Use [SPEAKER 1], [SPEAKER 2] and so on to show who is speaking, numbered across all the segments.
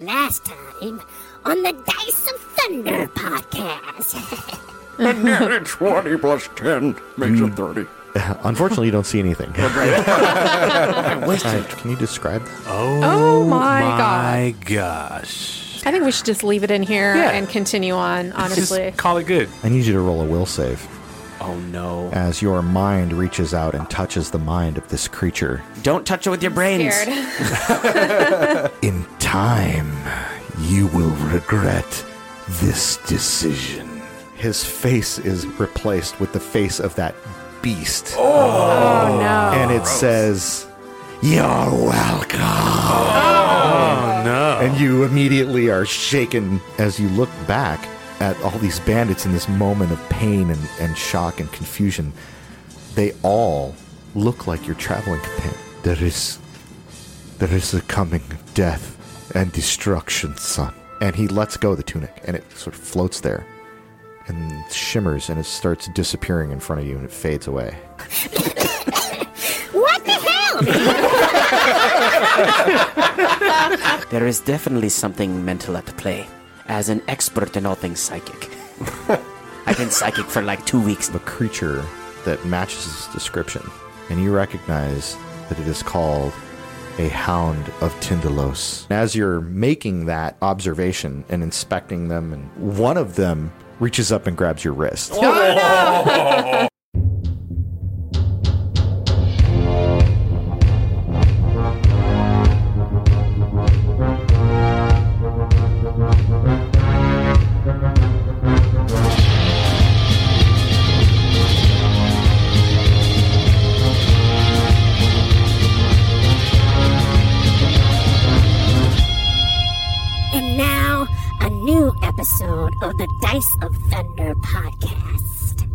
[SPEAKER 1] Last time on the Dice of Thunder podcast.
[SPEAKER 2] And yeah, it's 20 plus 10 makes
[SPEAKER 3] Mm.
[SPEAKER 2] it 30.
[SPEAKER 4] Unfortunately, you don't see anything. Alright, can you describe that?
[SPEAKER 5] Oh, my, god.
[SPEAKER 6] My gosh.
[SPEAKER 5] I think we should just leave it in here
[SPEAKER 6] Yeah.
[SPEAKER 5] and continue on, honestly.
[SPEAKER 6] Just call it good.
[SPEAKER 4] I need you to roll a will save
[SPEAKER 6] Oh no.
[SPEAKER 4] as your mind reaches out and touches the mind of this creature.
[SPEAKER 7] Don't touch it with your brains.
[SPEAKER 5] Scared.
[SPEAKER 3] In time, you will regret this decision.
[SPEAKER 4] His face is replaced with the face of that beast.
[SPEAKER 5] Oh no.
[SPEAKER 4] and it says,
[SPEAKER 3] You're welcome.
[SPEAKER 5] Oh,
[SPEAKER 4] and you immediately are shaken as you look back at all these bandits in this moment of pain and, and shock and confusion. They all look like your traveling companion. There is, there is a coming death and destruction, son. And he lets go of the tunic, and it sort of floats there, and shimmers, and it starts disappearing in front of you, and it fades away.
[SPEAKER 1] what the hell?
[SPEAKER 7] There is definitely something mental at play. As an expert in all things psychic, I've been psychic for like two weeks.
[SPEAKER 4] a creature that matches its description, and you recognize that it is called a hound of Tyndalos. As you're making that observation and inspecting them, and one of them reaches up and grabs your wrist.
[SPEAKER 1] and now, a new episode of the Dice of Thunder podcast.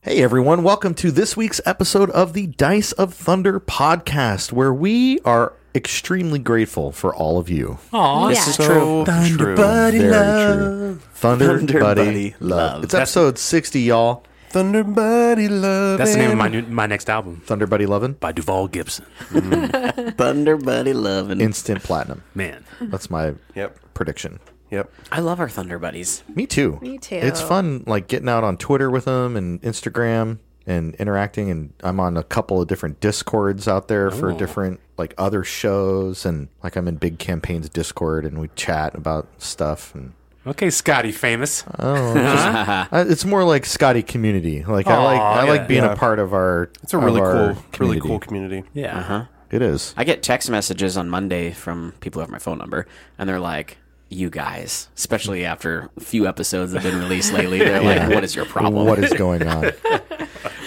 [SPEAKER 4] Hey everyone, welcome to this week's episode of the Dice of Thunder podcast, where we are extremely grateful for all of you.
[SPEAKER 8] Oh,
[SPEAKER 6] Aw,
[SPEAKER 5] This is
[SPEAKER 6] so
[SPEAKER 3] Thunder
[SPEAKER 6] true.
[SPEAKER 3] Buddy
[SPEAKER 4] Very
[SPEAKER 3] Love.
[SPEAKER 4] true. Thunder,
[SPEAKER 7] Thunder
[SPEAKER 4] buddy,
[SPEAKER 7] Buddy
[SPEAKER 4] love.
[SPEAKER 7] Love.
[SPEAKER 4] It's episode 60, y'all.
[SPEAKER 3] Thunder Buddy Love.
[SPEAKER 6] That's the name of my new, my next album
[SPEAKER 4] Thunder Buddy Lovin'.
[SPEAKER 6] by Duval Gibson.
[SPEAKER 7] Thunder Buddy loving.
[SPEAKER 4] instant platinum.
[SPEAKER 6] Man.
[SPEAKER 4] That's my
[SPEAKER 3] Yep.
[SPEAKER 4] prediction.
[SPEAKER 3] Yep.
[SPEAKER 7] I love our Thunder Buddies.
[SPEAKER 4] Me too.
[SPEAKER 5] Me too.
[SPEAKER 4] It's fun, like getting out on Twitter with them and Instagram and interacting. And I'm on a couple of different discords out there for different, like other shows. And like I'm in Big Campaigns Discord and we chat about stuff. And
[SPEAKER 6] Okay, Scotty famous.
[SPEAKER 4] uh, it's more like Scotty community. Like I like, I
[SPEAKER 6] Aw,
[SPEAKER 4] like
[SPEAKER 6] yeah.
[SPEAKER 4] being
[SPEAKER 3] Ah. Yeah.
[SPEAKER 4] a part of our.
[SPEAKER 3] It's a really
[SPEAKER 4] of our
[SPEAKER 3] cool, really
[SPEAKER 4] community.
[SPEAKER 3] cool community.
[SPEAKER 6] yeah.
[SPEAKER 4] It is.
[SPEAKER 7] I get text messages on Monday from people who have my phone number, and they're like, you guys, especially after a few episodes that have been released lately, they're like, what is your problem?
[SPEAKER 4] What is going on?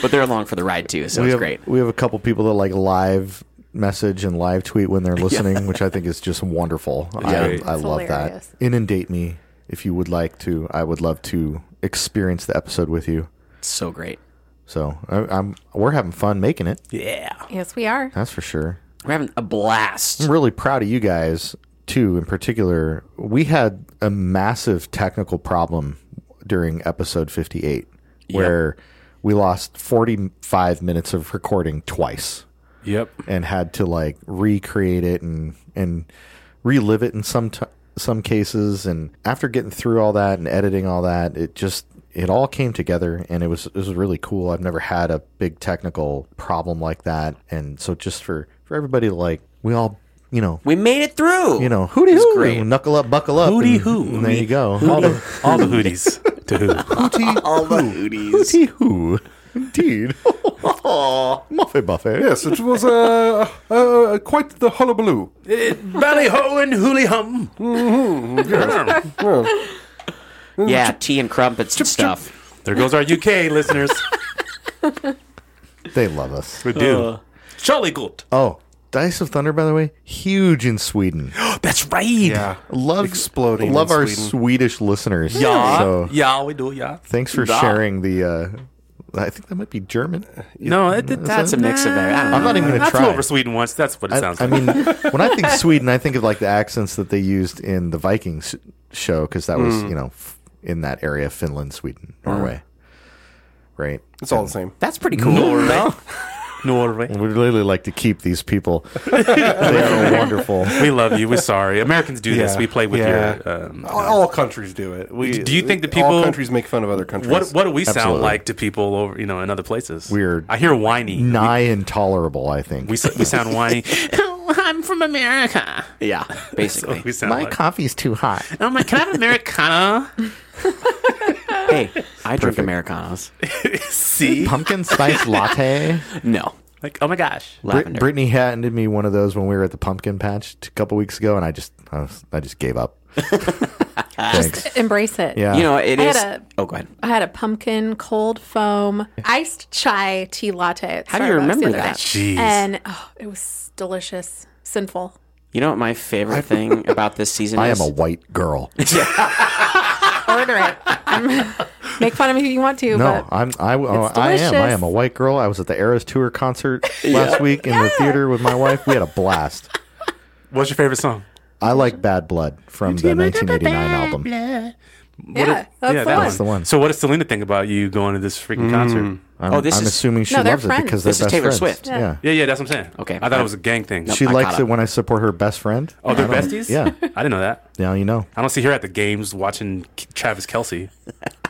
[SPEAKER 7] but they're along for the ride too, so
[SPEAKER 4] we
[SPEAKER 7] it's
[SPEAKER 4] have,
[SPEAKER 7] great.
[SPEAKER 4] We have a couple people that like live message and live tweet when they're listening, which I think is just wonderful. I,
[SPEAKER 6] great.
[SPEAKER 4] I
[SPEAKER 5] That's
[SPEAKER 4] love
[SPEAKER 5] hilarious.
[SPEAKER 4] that. Inundate me if you would like to. I would love to experience the episode with you.
[SPEAKER 7] It's so great.
[SPEAKER 4] So I, I'm we're having fun making it.
[SPEAKER 6] Yeah.
[SPEAKER 5] Yes, we are.
[SPEAKER 4] That's for sure.
[SPEAKER 7] We're having a blast.
[SPEAKER 4] I'm really proud of you guys too. In particular, we had a massive technical problem during episode 58 where we lost 45 minutes of recording twice.
[SPEAKER 6] Yep.
[SPEAKER 4] and had to like recreate it and and relive it in some t- some cases and after getting through all that and editing all that it just it all came together and it was it was really cool i've never had a big technical problem like that and so just for for everybody to like we all you know
[SPEAKER 7] We made it through.
[SPEAKER 4] you know hooty hoo
[SPEAKER 7] great.
[SPEAKER 4] and knuckle up buckle up
[SPEAKER 6] Hooty
[SPEAKER 4] and-
[SPEAKER 6] hoo.
[SPEAKER 4] and there you go
[SPEAKER 6] All the all the hoodies to who?
[SPEAKER 7] all the hooties.
[SPEAKER 4] hooty hoo indeed muffet buffet
[SPEAKER 3] Yes, it was uh, uh, quite the hullabaloo.
[SPEAKER 6] Belly ho and hooly hum.
[SPEAKER 7] Yeah, tea and crumpets and stuff.
[SPEAKER 6] There goes our UK listeners.
[SPEAKER 4] they love us
[SPEAKER 6] We do.
[SPEAKER 3] Uh,
[SPEAKER 6] Jolly good.
[SPEAKER 4] oh dice of thunder by the way huge in sweden
[SPEAKER 6] Oh, That's right.
[SPEAKER 3] Yeah.
[SPEAKER 4] love
[SPEAKER 3] Exploding
[SPEAKER 4] Love
[SPEAKER 3] in
[SPEAKER 4] our
[SPEAKER 3] Sweden.
[SPEAKER 4] Swedish listeners.
[SPEAKER 6] Yeah.
[SPEAKER 4] So
[SPEAKER 6] yeah, we do. Yeah.
[SPEAKER 4] thanks for
[SPEAKER 6] Yeah. Uh,
[SPEAKER 4] sharing the. Uh, I think that might be German.
[SPEAKER 6] No, it, it,
[SPEAKER 7] That's a mix of everything. I don't know.
[SPEAKER 4] I'm not even gonna
[SPEAKER 6] I flew
[SPEAKER 4] try.
[SPEAKER 6] over Sweden once. That's what it
[SPEAKER 4] I,
[SPEAKER 6] sounds
[SPEAKER 4] I
[SPEAKER 6] like.
[SPEAKER 4] mean, when I think Sweden, I think of like the accents that they used in the Vikings show because that
[SPEAKER 6] Hmm.
[SPEAKER 4] was you know f- in that area, Finland, Sweden, Norway, right?
[SPEAKER 6] Hmm.
[SPEAKER 3] It's all the same.
[SPEAKER 7] That's pretty cool. right?
[SPEAKER 8] Norway.
[SPEAKER 4] We'd really like to keep these people. they are wonderful.
[SPEAKER 8] We love you. We're sorry. Americans do this.
[SPEAKER 3] Yeah.
[SPEAKER 8] We play with
[SPEAKER 3] Yeah.
[SPEAKER 8] your. Um,
[SPEAKER 3] All, all countries do it. We,
[SPEAKER 8] Do you think the
[SPEAKER 3] all
[SPEAKER 8] people-
[SPEAKER 3] countries make fun of other countries?
[SPEAKER 8] what What do we sound
[SPEAKER 4] Absolutely.
[SPEAKER 8] like to people over you know in other places?
[SPEAKER 4] Weird.
[SPEAKER 8] I hear whiny.
[SPEAKER 4] Nigh intolerable, I think.
[SPEAKER 8] We s- we sound whiny.
[SPEAKER 7] I'm from America. Yeah, basically.
[SPEAKER 8] we sound
[SPEAKER 4] My
[SPEAKER 8] like,
[SPEAKER 4] coffee's too hot.
[SPEAKER 8] oh my, can I have Americana?
[SPEAKER 7] hey, I drink Americanos.
[SPEAKER 8] See,
[SPEAKER 4] Pumpkin spice latte.
[SPEAKER 7] No,
[SPEAKER 8] like oh my gosh.
[SPEAKER 7] lavender.
[SPEAKER 4] Brittany handed me one of those when we were at the pumpkin patch t- a couple weeks ago, and I just, I, was- I just gave up. Thanks.
[SPEAKER 5] Embrace it.
[SPEAKER 4] Yeah.
[SPEAKER 7] you know it
[SPEAKER 5] I
[SPEAKER 7] is.
[SPEAKER 5] had a-
[SPEAKER 7] oh, go ahead.
[SPEAKER 5] I had a pumpkin cold foam iced chai tea latte. At
[SPEAKER 7] How do you
[SPEAKER 5] Starbucks the
[SPEAKER 7] remember
[SPEAKER 5] other
[SPEAKER 7] that?
[SPEAKER 5] day.
[SPEAKER 8] Jeez.
[SPEAKER 5] And oh, it was delicious. Sinful.
[SPEAKER 7] You know what my favorite thing about this season
[SPEAKER 4] I
[SPEAKER 7] is?
[SPEAKER 4] am a white girl.
[SPEAKER 5] Order it. I'm- make fun of me if you want to.
[SPEAKER 4] No,
[SPEAKER 5] but
[SPEAKER 4] I'm. I, oh,
[SPEAKER 5] It's
[SPEAKER 4] I am. I
[SPEAKER 5] delicious.
[SPEAKER 4] am a white girl. I was at the Eras tour concert last week in the theater with my wife. We had a blast.
[SPEAKER 8] What's your favorite song?
[SPEAKER 4] I like Bad Blood from the 1989 album.
[SPEAKER 5] yeah, that's the one.
[SPEAKER 4] the one.
[SPEAKER 8] So what does Selena think about you going to this freaking concert?
[SPEAKER 4] I'm,
[SPEAKER 7] Oh, this
[SPEAKER 4] I'm
[SPEAKER 7] is-
[SPEAKER 4] assuming she
[SPEAKER 5] No, they're
[SPEAKER 4] loves it because
[SPEAKER 5] friends.
[SPEAKER 4] they're
[SPEAKER 7] This is
[SPEAKER 4] best
[SPEAKER 7] Taylor
[SPEAKER 4] friends.
[SPEAKER 7] Swift.
[SPEAKER 4] Yeah.
[SPEAKER 8] Yeah, yeah, that's what I'm saying.
[SPEAKER 7] Okay.
[SPEAKER 8] I thought it was a gang thing.
[SPEAKER 4] She
[SPEAKER 7] I
[SPEAKER 4] likes
[SPEAKER 7] caught
[SPEAKER 4] it
[SPEAKER 7] up.
[SPEAKER 4] when I support her best friend.
[SPEAKER 8] Oh, they're besties.
[SPEAKER 4] Yeah.
[SPEAKER 8] I didn't know that.
[SPEAKER 4] Now you know
[SPEAKER 8] I don't see her at the games watching K- Travis Kelsey.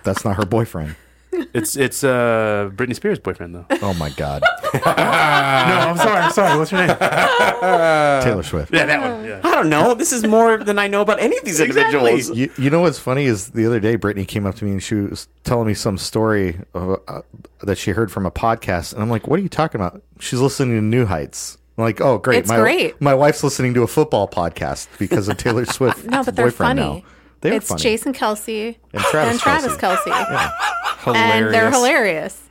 [SPEAKER 4] that's not her boyfriend.
[SPEAKER 8] It's it's uh Britney Spears' boyfriend though.
[SPEAKER 4] Oh my God,
[SPEAKER 8] no, I'm sorry. I'm sorry. What's her name? yeah,
[SPEAKER 4] Taylor Swift.
[SPEAKER 8] that one. Yeah.
[SPEAKER 7] I don't know. This is more than I know about any of these individuals.
[SPEAKER 4] You, you know what's funny is the other day Brittany came up to me and she was telling me some story of, uh, that she heard from a podcast, and I'm like, "What are you talking about?" She's listening to New Heights. I'm like, "Oh, great!
[SPEAKER 5] It's
[SPEAKER 4] my
[SPEAKER 5] great.
[SPEAKER 4] my wife's listening to a football podcast because of Taylor Swift.
[SPEAKER 5] No, but they're
[SPEAKER 4] boyfriend
[SPEAKER 5] funny.
[SPEAKER 4] Now. They are
[SPEAKER 5] it's
[SPEAKER 4] funny.
[SPEAKER 5] Jason Kelsey
[SPEAKER 4] and Travis,
[SPEAKER 5] and Travis
[SPEAKER 4] Kelce.
[SPEAKER 5] Kelsey. And they're hilarious.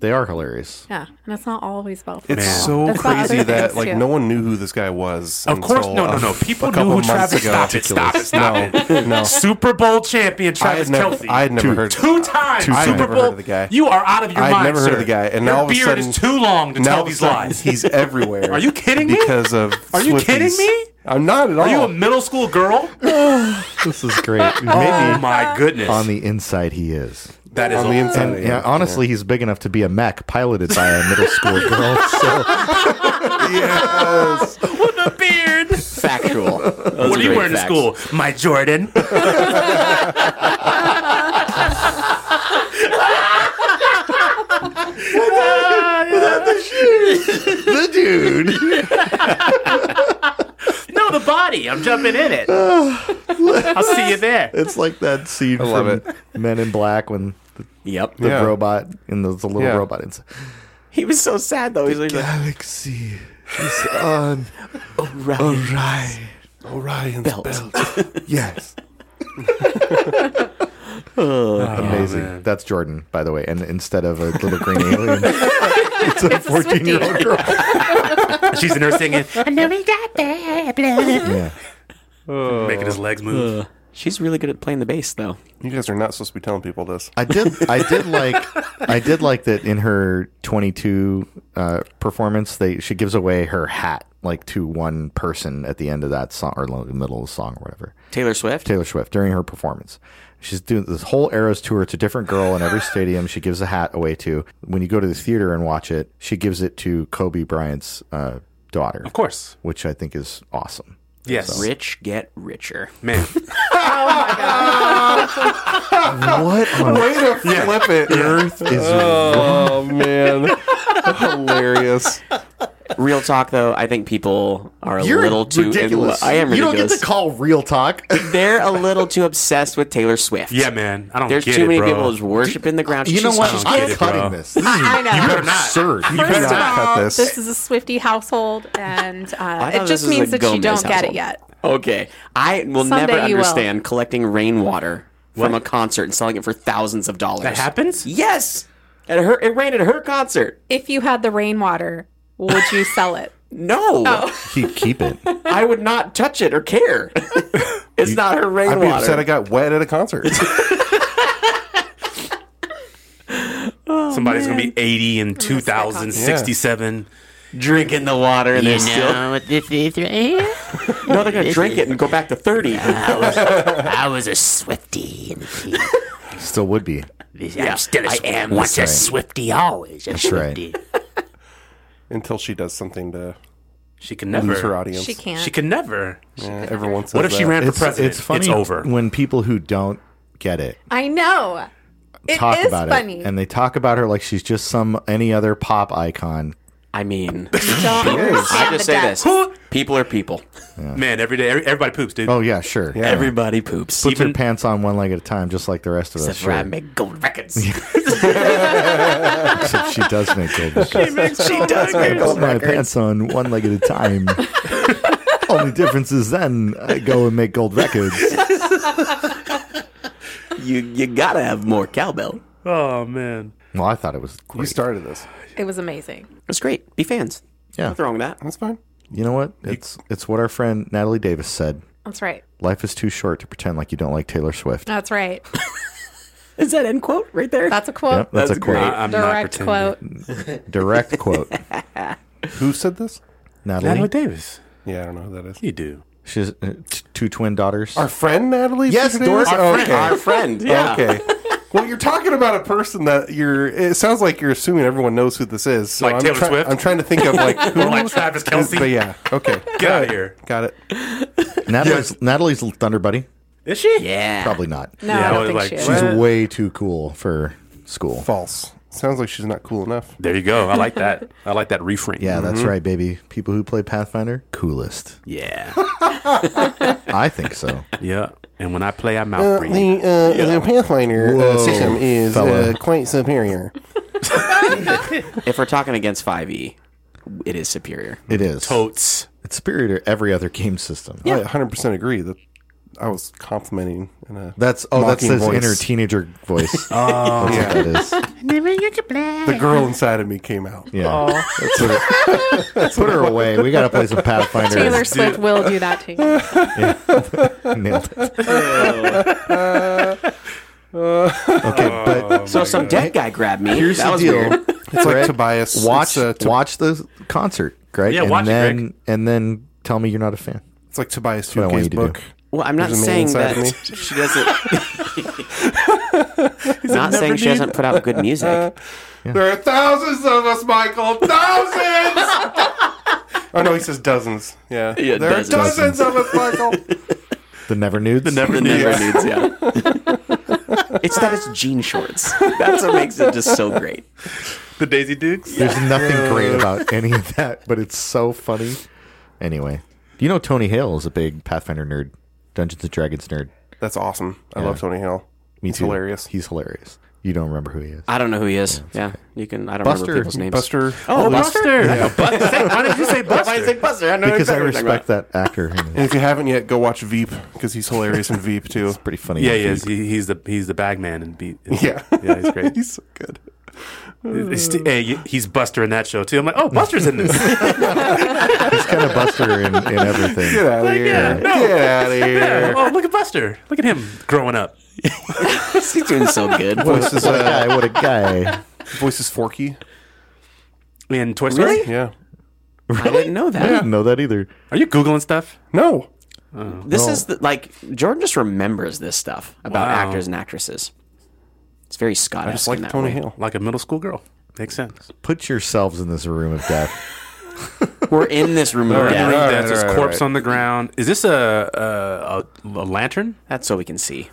[SPEAKER 4] They are hilarious.
[SPEAKER 5] Yeah. And it's not always about
[SPEAKER 3] It's
[SPEAKER 8] Man.
[SPEAKER 3] so
[SPEAKER 5] That's about
[SPEAKER 3] crazy
[SPEAKER 5] other
[SPEAKER 3] that
[SPEAKER 5] things,
[SPEAKER 3] like
[SPEAKER 5] too.
[SPEAKER 3] no one knew who this guy was.
[SPEAKER 8] Of course,
[SPEAKER 3] until,
[SPEAKER 8] no, no,
[SPEAKER 3] uh,
[SPEAKER 8] no. People
[SPEAKER 3] a
[SPEAKER 8] knew
[SPEAKER 3] couple
[SPEAKER 8] who
[SPEAKER 3] months
[SPEAKER 8] Travis.
[SPEAKER 3] ago.
[SPEAKER 8] Stop it, stop it, stop it.
[SPEAKER 3] no.
[SPEAKER 8] Super Bowl champion
[SPEAKER 3] I had
[SPEAKER 8] Travis
[SPEAKER 3] never,
[SPEAKER 8] Kelsey.
[SPEAKER 3] I had never heard.
[SPEAKER 8] two times.
[SPEAKER 3] I had
[SPEAKER 8] Super
[SPEAKER 3] never
[SPEAKER 8] Bowl.
[SPEAKER 3] heard of the guy.
[SPEAKER 8] You are out of your
[SPEAKER 3] I had
[SPEAKER 8] mind.
[SPEAKER 3] never heard of
[SPEAKER 8] sir.
[SPEAKER 3] the guy, and
[SPEAKER 8] your
[SPEAKER 3] now all of a
[SPEAKER 8] beard
[SPEAKER 3] sudden-
[SPEAKER 8] is too long to
[SPEAKER 3] now all
[SPEAKER 8] tell
[SPEAKER 3] of a
[SPEAKER 8] these
[SPEAKER 3] sudden
[SPEAKER 8] lies.
[SPEAKER 3] He's everywhere.
[SPEAKER 8] Are you kidding me?
[SPEAKER 3] Because of
[SPEAKER 8] Are you kidding
[SPEAKER 3] Swifties.
[SPEAKER 8] me?
[SPEAKER 3] I'm not at all.
[SPEAKER 8] Are you a middle school girl?
[SPEAKER 4] This is great.
[SPEAKER 8] oh
[SPEAKER 4] Maybe
[SPEAKER 8] my goodness.
[SPEAKER 4] on the inside he is.
[SPEAKER 8] that is
[SPEAKER 3] on the
[SPEAKER 8] a-
[SPEAKER 3] inside?
[SPEAKER 4] And yeah, honestly, he's big enough to be a mech piloted by a middle school girl. So
[SPEAKER 3] yes.
[SPEAKER 8] The beard.
[SPEAKER 7] Factual.
[SPEAKER 8] What are you wearing to school? My Jordan.
[SPEAKER 4] the dude.
[SPEAKER 8] No, the body. I'm jumping in it. I'll see you there.
[SPEAKER 4] It's like that scene
[SPEAKER 3] love
[SPEAKER 4] from Men in Black when the,
[SPEAKER 7] Yep.
[SPEAKER 4] the
[SPEAKER 3] Yeah.
[SPEAKER 4] robot and the, the little
[SPEAKER 3] Yeah.
[SPEAKER 4] robot inside.
[SPEAKER 7] He was so sad though. He's like,
[SPEAKER 4] Galaxy is on
[SPEAKER 7] "Oh, right.
[SPEAKER 4] Orion.
[SPEAKER 3] Orion's
[SPEAKER 7] Belt.
[SPEAKER 4] oh,
[SPEAKER 3] belt.
[SPEAKER 4] Yes. Oh, Amazing.
[SPEAKER 8] Oh,
[SPEAKER 4] That's Jordan, by the way. And instead of a little green alien, it's a 14 year old girl.
[SPEAKER 8] She's in there singing,
[SPEAKER 4] Yeah. Oh.
[SPEAKER 8] making his legs move.
[SPEAKER 7] She's really good at playing the bass though.
[SPEAKER 3] You guys are not supposed to be telling people this.
[SPEAKER 4] I did. I did like. I did like that in her 22 uh, performance. They she gives away her hat like to one person at the end of that song or lo- middle of the song or whatever.
[SPEAKER 7] Taylor Swift.
[SPEAKER 4] Taylor Swift during her performance. She's doing this whole Eras tour. It's a different girl in every stadium. She gives a hat away to. When you go to the theater and watch it, she gives it to Kobe Bryant's uh, daughter,
[SPEAKER 8] Of course.
[SPEAKER 4] which I think is awesome.
[SPEAKER 8] Yes.
[SPEAKER 7] Rich get richer.
[SPEAKER 8] Man.
[SPEAKER 4] What on
[SPEAKER 3] Way to flip it.
[SPEAKER 4] earth is
[SPEAKER 3] Oh man, hilarious.
[SPEAKER 7] Real talk though, I think people are a little too. in
[SPEAKER 4] ridiculous?
[SPEAKER 7] lo- I am
[SPEAKER 4] You don't
[SPEAKER 7] ridiculous.
[SPEAKER 4] get to call real talk.
[SPEAKER 7] They're a little too obsessed with Taylor Swift.
[SPEAKER 8] Yeah, man. I don't
[SPEAKER 7] There's
[SPEAKER 8] get
[SPEAKER 7] too
[SPEAKER 8] it,
[SPEAKER 7] many
[SPEAKER 8] bro.
[SPEAKER 7] people just worshiping the ground.
[SPEAKER 4] You know
[SPEAKER 7] She's-
[SPEAKER 4] what?
[SPEAKER 7] she's-
[SPEAKER 8] I don't
[SPEAKER 4] I'm
[SPEAKER 8] get it, bro.
[SPEAKER 4] cutting this. This is
[SPEAKER 5] I know.
[SPEAKER 4] absurd. You
[SPEAKER 5] First
[SPEAKER 3] cannot
[SPEAKER 5] of all,
[SPEAKER 3] cut this.
[SPEAKER 5] this. is a Swifty household, and uh,
[SPEAKER 7] I thought
[SPEAKER 5] it
[SPEAKER 7] this
[SPEAKER 5] just
[SPEAKER 7] was
[SPEAKER 5] means
[SPEAKER 7] a
[SPEAKER 5] that you
[SPEAKER 7] Gomez
[SPEAKER 5] don't get
[SPEAKER 7] household.
[SPEAKER 5] it yet.
[SPEAKER 7] Okay. I will
[SPEAKER 5] Someday
[SPEAKER 7] never
[SPEAKER 5] you will.
[SPEAKER 7] understand collecting rainwater from a concert and selling it for thousands of dollars.
[SPEAKER 8] That happens?
[SPEAKER 7] Yes. At her, it rained at her concert.
[SPEAKER 5] If you had the rainwater, would you sell it?
[SPEAKER 7] No,
[SPEAKER 5] Oh.
[SPEAKER 4] Keep, keep it.
[SPEAKER 7] I would not touch it or care. it's not her
[SPEAKER 3] I'd be upset I
[SPEAKER 7] rainwater.
[SPEAKER 3] got wet at a concert.
[SPEAKER 8] Somebody's going to be 80 in 2067.
[SPEAKER 7] Drinking the water and they're still.
[SPEAKER 9] what this is right here?
[SPEAKER 7] No, they're going to drink it and go back to 30.
[SPEAKER 9] I was, I was a Swifty.
[SPEAKER 4] Still would be.
[SPEAKER 9] I'm still a
[SPEAKER 7] I am
[SPEAKER 9] Once
[SPEAKER 4] right.
[SPEAKER 9] a Swifty, always a
[SPEAKER 4] right.
[SPEAKER 9] Swifty.
[SPEAKER 3] until she does something to
[SPEAKER 8] She can
[SPEAKER 3] lose her
[SPEAKER 8] never.
[SPEAKER 3] audience.
[SPEAKER 5] She can't.
[SPEAKER 8] She can never.
[SPEAKER 3] Yeah, everyone says
[SPEAKER 8] What if she
[SPEAKER 3] that.
[SPEAKER 8] ran for
[SPEAKER 4] It's,
[SPEAKER 8] president?
[SPEAKER 4] it's funny
[SPEAKER 8] over.
[SPEAKER 4] when people who don't get it
[SPEAKER 5] I know. It is
[SPEAKER 4] talk about
[SPEAKER 5] funny.
[SPEAKER 4] it and they talk about her like she's just some any other pop icon.
[SPEAKER 7] I mean,
[SPEAKER 5] Don't
[SPEAKER 7] I
[SPEAKER 5] understand
[SPEAKER 7] just
[SPEAKER 5] the
[SPEAKER 7] say
[SPEAKER 5] depth.
[SPEAKER 7] this: people are people.
[SPEAKER 8] Man, every day, every, everybody poops, dude.
[SPEAKER 4] Oh yeah, sure. Yeah.
[SPEAKER 7] Everybody poops.
[SPEAKER 4] Puts her
[SPEAKER 8] even-
[SPEAKER 4] pants on one leg at a time, just like the rest of us.
[SPEAKER 7] Except for I
[SPEAKER 4] Sure.
[SPEAKER 7] make gold records.
[SPEAKER 4] Except she does make gold. she
[SPEAKER 7] she does.
[SPEAKER 4] I put my pants on one leg at a time. Only difference is then I go and make gold records.
[SPEAKER 7] You you gotta have more cowbell.
[SPEAKER 8] Oh man.
[SPEAKER 4] Well, I thought it was
[SPEAKER 3] You
[SPEAKER 4] great.
[SPEAKER 3] started this.
[SPEAKER 5] It was amazing.
[SPEAKER 7] It's great. Be fans.
[SPEAKER 4] Yeah.
[SPEAKER 7] Nothing wrong with that.
[SPEAKER 3] That's fine.
[SPEAKER 4] You know what? It's it's what our friend Natalie Davis said.
[SPEAKER 5] That's right.
[SPEAKER 4] Life is too short to pretend like you don't like Taylor Swift.
[SPEAKER 5] That's right.
[SPEAKER 7] Is that end quote right there?
[SPEAKER 5] That's a quote.
[SPEAKER 4] Yep, that's,
[SPEAKER 7] That's
[SPEAKER 4] a quote.
[SPEAKER 8] I- I'm not
[SPEAKER 5] Direct
[SPEAKER 8] pretending.
[SPEAKER 5] quote.
[SPEAKER 4] Direct quote.
[SPEAKER 3] Who said this?
[SPEAKER 4] Natalie,
[SPEAKER 8] Natalie Davis.
[SPEAKER 3] Yeah, I don't know who that is.
[SPEAKER 8] You do.
[SPEAKER 4] she has uh, t- two twin daughters.
[SPEAKER 3] Our friend Natalie.
[SPEAKER 4] Yes,
[SPEAKER 3] Davis?
[SPEAKER 4] Doris,
[SPEAKER 3] Oh,
[SPEAKER 4] our
[SPEAKER 3] okay.
[SPEAKER 7] Our friend. Yeah.
[SPEAKER 3] Okay. Well, you're talking about a person that you're. It sounds like you're assuming everyone knows who this is. So
[SPEAKER 8] Like
[SPEAKER 3] I'm
[SPEAKER 8] Taylor
[SPEAKER 3] try-
[SPEAKER 8] Swift?
[SPEAKER 3] I'm trying to think of like who.
[SPEAKER 8] Or like Travis Kelsey.
[SPEAKER 3] But yeah, okay.
[SPEAKER 8] Get out of here.
[SPEAKER 3] Got it.
[SPEAKER 4] Natalie's Natalie's Thunder Buddy.
[SPEAKER 8] Is she?
[SPEAKER 7] Yeah.
[SPEAKER 4] Probably not.
[SPEAKER 5] No,
[SPEAKER 8] Yeah,
[SPEAKER 5] I
[SPEAKER 8] I
[SPEAKER 5] don't
[SPEAKER 8] was
[SPEAKER 5] think
[SPEAKER 8] like,
[SPEAKER 5] she
[SPEAKER 8] she's
[SPEAKER 5] is.
[SPEAKER 4] She's
[SPEAKER 8] What?
[SPEAKER 4] way too cool for school.
[SPEAKER 3] False. Sounds like she's not cool enough.
[SPEAKER 8] There you go. I like that. I like that reframe.
[SPEAKER 4] Yeah, that's right, baby. People who play Pathfinder, coolest.
[SPEAKER 8] Yeah.
[SPEAKER 4] I think so.
[SPEAKER 8] yeah. And when I play, I mouth breathe.
[SPEAKER 3] the Pathfinder uh,
[SPEAKER 4] Whoa, system is, fella. uh,
[SPEAKER 3] quite superior.
[SPEAKER 7] If we're talking against 5e, it is superior.
[SPEAKER 4] It is.
[SPEAKER 8] Totes.
[SPEAKER 4] It's superior to every other game system.
[SPEAKER 3] I 100 percent agree that I was complimenting uh, in a
[SPEAKER 4] That's oh, that's
[SPEAKER 3] mocking
[SPEAKER 4] his
[SPEAKER 3] voice.
[SPEAKER 4] inner teenager voice. oh, that's what that is.
[SPEAKER 3] The girl inside of me came out.
[SPEAKER 4] Yeah, That's what it- put her away. We gotta play some Pathfinder.
[SPEAKER 5] Taylor Swift will do that to you.
[SPEAKER 4] Nailed it. okay, but
[SPEAKER 7] So some dead guy grabbed me.
[SPEAKER 4] here's
[SPEAKER 7] that
[SPEAKER 4] the
[SPEAKER 7] was
[SPEAKER 4] deal.
[SPEAKER 7] weird.
[SPEAKER 3] It's like Tobias.
[SPEAKER 4] Watch
[SPEAKER 3] It's, uh, Tob-
[SPEAKER 4] watch the concert, Greg.
[SPEAKER 8] Yeah,
[SPEAKER 4] and
[SPEAKER 8] watch it,
[SPEAKER 4] then
[SPEAKER 8] Greg.
[SPEAKER 4] and then tell me you're not a fan.
[SPEAKER 3] it's like Tobias
[SPEAKER 4] what I want
[SPEAKER 3] Fuke's
[SPEAKER 4] you to
[SPEAKER 3] book.
[SPEAKER 4] do.
[SPEAKER 7] Well, I'm not
[SPEAKER 3] There's a man
[SPEAKER 7] saying
[SPEAKER 3] inside
[SPEAKER 7] that
[SPEAKER 3] of
[SPEAKER 7] she doesn't. not saying she doesn't put out good music.
[SPEAKER 3] There are thousands of us, Michael. Thousands. oh no, he says dozens. Yeah,
[SPEAKER 7] Yeah,
[SPEAKER 3] there
[SPEAKER 7] dozens.
[SPEAKER 3] are dozens of us, Michael.
[SPEAKER 4] The Never Nudes. The
[SPEAKER 8] Never
[SPEAKER 7] It
[SPEAKER 8] knew.
[SPEAKER 7] never needs, yeah. it's that it's jean shorts. That's what makes it just so great.
[SPEAKER 8] The Daisy Dukes.
[SPEAKER 4] There's nothing great about any of that, but it's so funny. Anyway, you know Tony Hale is a big Pathfinder nerd, Dungeons and Dragons nerd.
[SPEAKER 3] That's awesome. I love Tony Hill.
[SPEAKER 4] Me
[SPEAKER 3] He's
[SPEAKER 4] too.
[SPEAKER 3] hilarious.
[SPEAKER 4] He's hilarious. You don't remember who he is.
[SPEAKER 7] I don't know who he is. Yeah, you can. I don't
[SPEAKER 4] Buster-
[SPEAKER 7] remember people's names.
[SPEAKER 3] Buster.
[SPEAKER 8] Oh, Buster. Why did you say Buster?
[SPEAKER 7] Buster. I know
[SPEAKER 4] Because I respect that actor.
[SPEAKER 3] And if you haven't yet, go watch Veep because he's hilarious in Veep too.
[SPEAKER 4] Pretty funny.
[SPEAKER 8] Yeah, he is. He, he's the he's the bag man and beat.
[SPEAKER 3] Yeah.
[SPEAKER 8] yeah, he's great.
[SPEAKER 3] he's so good.
[SPEAKER 8] He's, st- hey, he's Buster in that show too. I'm like, oh, Buster's in this.
[SPEAKER 4] He's kind of Buster in, in everything.
[SPEAKER 3] Get out of here! Get out of here!
[SPEAKER 8] oh, look at Buster. Look at him growing up.
[SPEAKER 7] He's doing so good.
[SPEAKER 3] Voice is
[SPEAKER 4] What a
[SPEAKER 3] uh,
[SPEAKER 4] guy! What a guy!
[SPEAKER 3] voice is Forky.
[SPEAKER 8] In Toy Story.
[SPEAKER 3] Yeah.
[SPEAKER 7] I didn't know that.
[SPEAKER 4] I didn't know that either.
[SPEAKER 8] Are you googling stuff?
[SPEAKER 3] No.
[SPEAKER 7] This is the, like Jordan just remembers this stuff about
[SPEAKER 8] Wow.
[SPEAKER 7] actors and actresses. It's very Scott.
[SPEAKER 3] I just like Tony Hill.
[SPEAKER 8] Like a middle school girl. Makes sense.
[SPEAKER 4] Put yourselves in this room of death.
[SPEAKER 7] We're in this room. of
[SPEAKER 8] Yeah,
[SPEAKER 7] death.
[SPEAKER 8] ring
[SPEAKER 3] right,
[SPEAKER 8] dance, there's
[SPEAKER 3] right,
[SPEAKER 8] corpse
[SPEAKER 3] right.
[SPEAKER 8] on the ground. Is this a a, a, a lantern?
[SPEAKER 7] That's so we can see.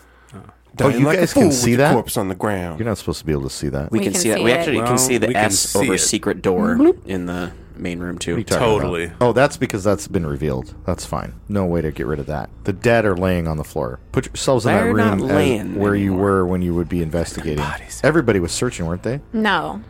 [SPEAKER 3] Dying
[SPEAKER 4] you guys can see
[SPEAKER 3] with your
[SPEAKER 4] that?
[SPEAKER 3] corpse on the ground.
[SPEAKER 4] You're not supposed to be able to see that.
[SPEAKER 7] We,
[SPEAKER 5] We
[SPEAKER 7] can,
[SPEAKER 5] can
[SPEAKER 7] see that.
[SPEAKER 5] see
[SPEAKER 7] We
[SPEAKER 5] it.
[SPEAKER 7] actually
[SPEAKER 8] Well,
[SPEAKER 7] can see the
[SPEAKER 8] we can
[SPEAKER 7] S
[SPEAKER 8] see
[SPEAKER 7] over
[SPEAKER 8] it.
[SPEAKER 7] secret door in the main room too.
[SPEAKER 8] Totally.
[SPEAKER 4] Oh, that's because that's been revealed. That's fine. No way to get rid of that. The dead are laying on the floor. Put yourselves in that
[SPEAKER 7] They're
[SPEAKER 4] room
[SPEAKER 7] not
[SPEAKER 4] as
[SPEAKER 7] laying
[SPEAKER 4] where you were when you would be investigating. Everybody was searching, weren't they?
[SPEAKER 7] Mm-hmm.
[SPEAKER 5] No.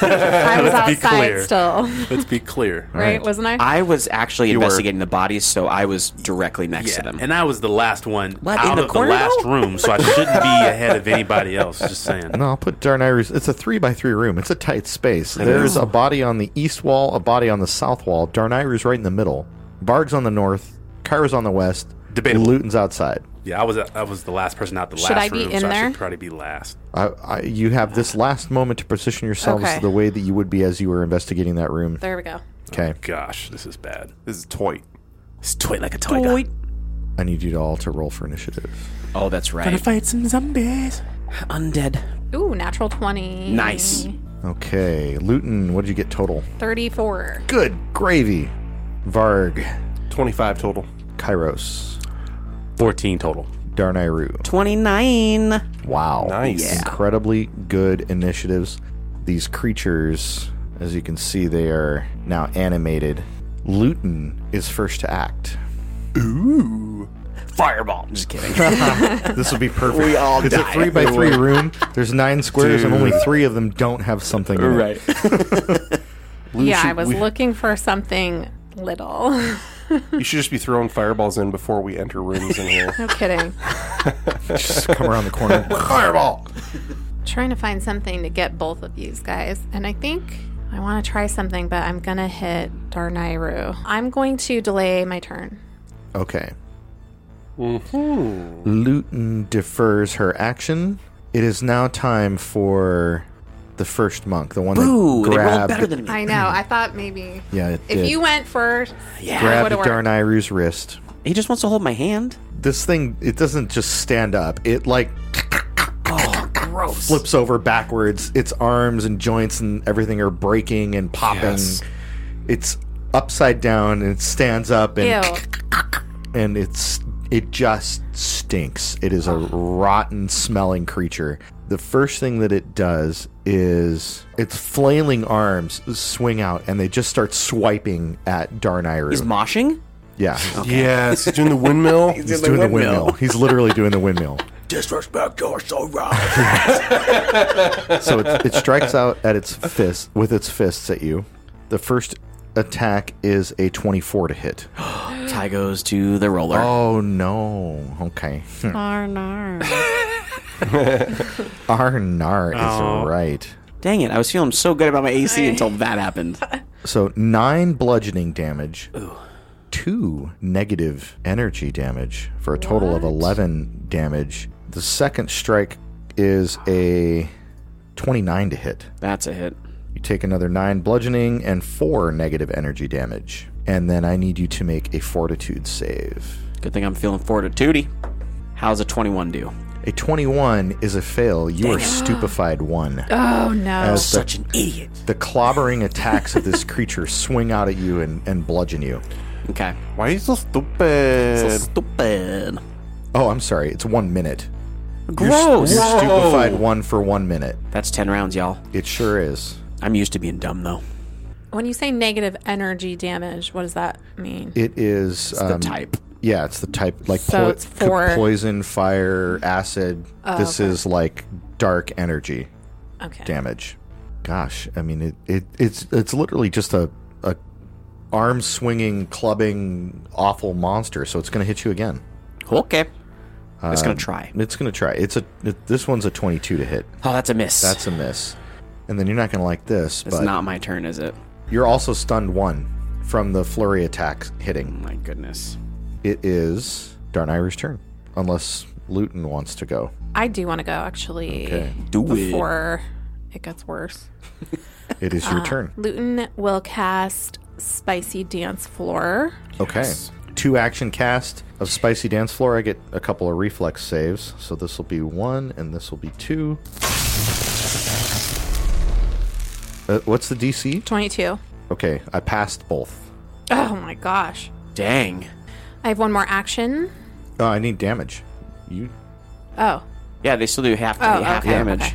[SPEAKER 5] I was
[SPEAKER 8] Let's be
[SPEAKER 5] outside
[SPEAKER 8] clear.
[SPEAKER 5] still.
[SPEAKER 8] Let's be clear.
[SPEAKER 5] Right, wasn't I?
[SPEAKER 7] I was actually
[SPEAKER 8] were-
[SPEAKER 7] investigating the bodies, so I was directly next to them.
[SPEAKER 8] And I was the last one
[SPEAKER 7] What, in
[SPEAKER 8] out
[SPEAKER 7] the
[SPEAKER 8] of
[SPEAKER 7] corner,
[SPEAKER 8] the last
[SPEAKER 7] though?
[SPEAKER 8] room, so I shouldn't be ahead of anybody else. Just saying.
[SPEAKER 4] No, I'll put Darn Iris. It's a three by three room. It's a tight space. There's a body on the east wall, a body on the south wall. Darn Iris right in the middle. Barg's on the north. Kyra's on the west.
[SPEAKER 8] Debatable.
[SPEAKER 4] Luton's outside.
[SPEAKER 8] Yeah, I was I was the last person out the
[SPEAKER 5] Should
[SPEAKER 8] last
[SPEAKER 5] I be
[SPEAKER 8] room,
[SPEAKER 5] in
[SPEAKER 8] so I
[SPEAKER 5] there?
[SPEAKER 8] should probably be last.
[SPEAKER 4] I, I, you have this last moment to position yourselves
[SPEAKER 5] Okay.
[SPEAKER 4] the way that you would be as you were investigating that room.
[SPEAKER 5] there we go.
[SPEAKER 4] Okay.
[SPEAKER 8] Gosh, this is bad.
[SPEAKER 3] This is toy.
[SPEAKER 8] It's toy like a toy. Toy.
[SPEAKER 4] I need you all to roll for initiative.
[SPEAKER 7] oh, that's right.
[SPEAKER 8] fight some zombies.
[SPEAKER 7] Undead.
[SPEAKER 5] Ooh, natural 20.
[SPEAKER 7] Nice.
[SPEAKER 4] Okay, Luton, what did you get total?
[SPEAKER 5] 34.
[SPEAKER 4] Good gravy. Varg,
[SPEAKER 3] 25 total.
[SPEAKER 4] Kairos,
[SPEAKER 8] 14 total.
[SPEAKER 4] Darnayru.
[SPEAKER 7] 29.
[SPEAKER 4] Wow.
[SPEAKER 3] Nice. Yeah.
[SPEAKER 4] Incredibly good initiatives. These creatures, as you can see, they are now animated. Luton is first to act.
[SPEAKER 7] Fireball. Just kidding.
[SPEAKER 4] This would be perfect. we all it's a three by three room. There's nine squares, and only three of them don't have something in it.
[SPEAKER 5] yeah, I was looking for something little.
[SPEAKER 3] You should just be throwing fireballs in before we enter rooms in here.
[SPEAKER 5] No kidding.
[SPEAKER 4] Just come around the corner.
[SPEAKER 3] Fireball!
[SPEAKER 5] trying to find something to get both of these guys. And I think I want to try something, but I'm going to hit Darnayru. I'm going to delay my turn.
[SPEAKER 4] Okay.
[SPEAKER 7] Mm-hmm.
[SPEAKER 4] Luton defers her action. It is now time for the first monk, the one
[SPEAKER 7] Ooh,
[SPEAKER 4] that
[SPEAKER 7] they rolled
[SPEAKER 4] grabbed.
[SPEAKER 7] better than me.
[SPEAKER 5] I know. I thought maybe
[SPEAKER 4] yeah, it
[SPEAKER 5] if
[SPEAKER 4] did.
[SPEAKER 5] you went first, it
[SPEAKER 4] grabbed
[SPEAKER 5] would've worked.
[SPEAKER 4] Darnayru's wrist.
[SPEAKER 7] He just wants to hold my hand.
[SPEAKER 4] This thing, it doesn't just stand up. It like
[SPEAKER 5] Oh,
[SPEAKER 4] flips over backwards. Its arms and joints and everything are breaking and popping. It's upside down and it stands up and
[SPEAKER 5] ew.
[SPEAKER 4] and it's it just stinks. It is a rotten smelling creature. The first thing that it does is its flailing arms swing out and they just start swiping at Darnayru.
[SPEAKER 7] He's moshing.
[SPEAKER 4] yeah,
[SPEAKER 3] Yes, he's doing the windmill.
[SPEAKER 4] he's doing the windmill. He's literally doing the windmill.
[SPEAKER 7] Disrespect your so wrong.
[SPEAKER 4] so it, it strikes out at its fist with its fists at you. The first attack is a 24 to hit.
[SPEAKER 7] Ty goes to the roller.
[SPEAKER 4] Oh no. Okay. Arnar is right.
[SPEAKER 7] Dang it! I was feeling so good about my AC until that happened.
[SPEAKER 4] So nine bludgeoning damage, two negative energy damage for a total of 11 damage. The second strike is a 29 to hit.
[SPEAKER 7] That's a hit.
[SPEAKER 4] You take another nine bludgeoning and four negative energy damage. And then I need you to make a fortitude save.
[SPEAKER 7] Good thing I'm feeling fortitude. How's a 21 do?
[SPEAKER 4] A 21 is a fail. You are stupefied one.
[SPEAKER 5] Oh, no.
[SPEAKER 4] As the,
[SPEAKER 7] Such an idiot.
[SPEAKER 4] the clobbering attacks of this creature swing out at you and, and bludgeon you.
[SPEAKER 7] Okay.
[SPEAKER 3] Why are you so stupid?
[SPEAKER 7] So stupid.
[SPEAKER 4] Oh, I'm sorry. It's one minute.
[SPEAKER 7] Gross.
[SPEAKER 4] You're stupefied one for one minute.
[SPEAKER 7] That's 10 rounds, y'all.
[SPEAKER 4] It sure is.
[SPEAKER 7] I'm used to being dumb though.
[SPEAKER 5] when you say negative energy damage, what does that mean?
[SPEAKER 4] It is.
[SPEAKER 7] The
[SPEAKER 4] um,
[SPEAKER 7] type.
[SPEAKER 4] Yeah, it's the type like
[SPEAKER 5] So it's four- Oh,
[SPEAKER 4] poison, fire, acid. this is like dark energy
[SPEAKER 5] Okay.
[SPEAKER 4] damage. Gosh, I mean, it, it it's it's literally just a a arm swinging, clubbing, awful monster. So it's going to hit you again.
[SPEAKER 7] Okay. it's
[SPEAKER 4] Um,
[SPEAKER 7] gonna try.
[SPEAKER 4] It's going to try. It's a it, this one's a twenty-two to hit.
[SPEAKER 7] Oh, that's a miss.
[SPEAKER 4] That's a miss. And then you're not going to like this,
[SPEAKER 7] it's
[SPEAKER 4] but
[SPEAKER 7] not my turn, is it?
[SPEAKER 4] you're also stunned one from the flurry attack hitting.
[SPEAKER 7] My goodness.
[SPEAKER 4] It is Darnayru's turn, unless Luton wants to go.
[SPEAKER 5] I do want to go, actually,
[SPEAKER 4] Okay.
[SPEAKER 7] Do
[SPEAKER 5] before it gets worse.
[SPEAKER 4] It is
[SPEAKER 7] Ah.
[SPEAKER 4] your turn.
[SPEAKER 5] Luton will cast Spicy Dance Floor.
[SPEAKER 4] Okay. Two action cast of Spicy Dance Floor. I get a couple of reflex saves. So this will be one and this will be two. Uh, what's the DC?
[SPEAKER 5] 22.
[SPEAKER 4] Okay, I passed both.
[SPEAKER 5] Oh, my gosh.
[SPEAKER 7] it. Dang.
[SPEAKER 5] I have one more action.
[SPEAKER 4] Oh, I need damage. You
[SPEAKER 5] Oh,
[SPEAKER 7] Yeah, they still do half,
[SPEAKER 5] Oh,
[SPEAKER 7] half
[SPEAKER 5] okay,
[SPEAKER 7] damage.
[SPEAKER 5] okay.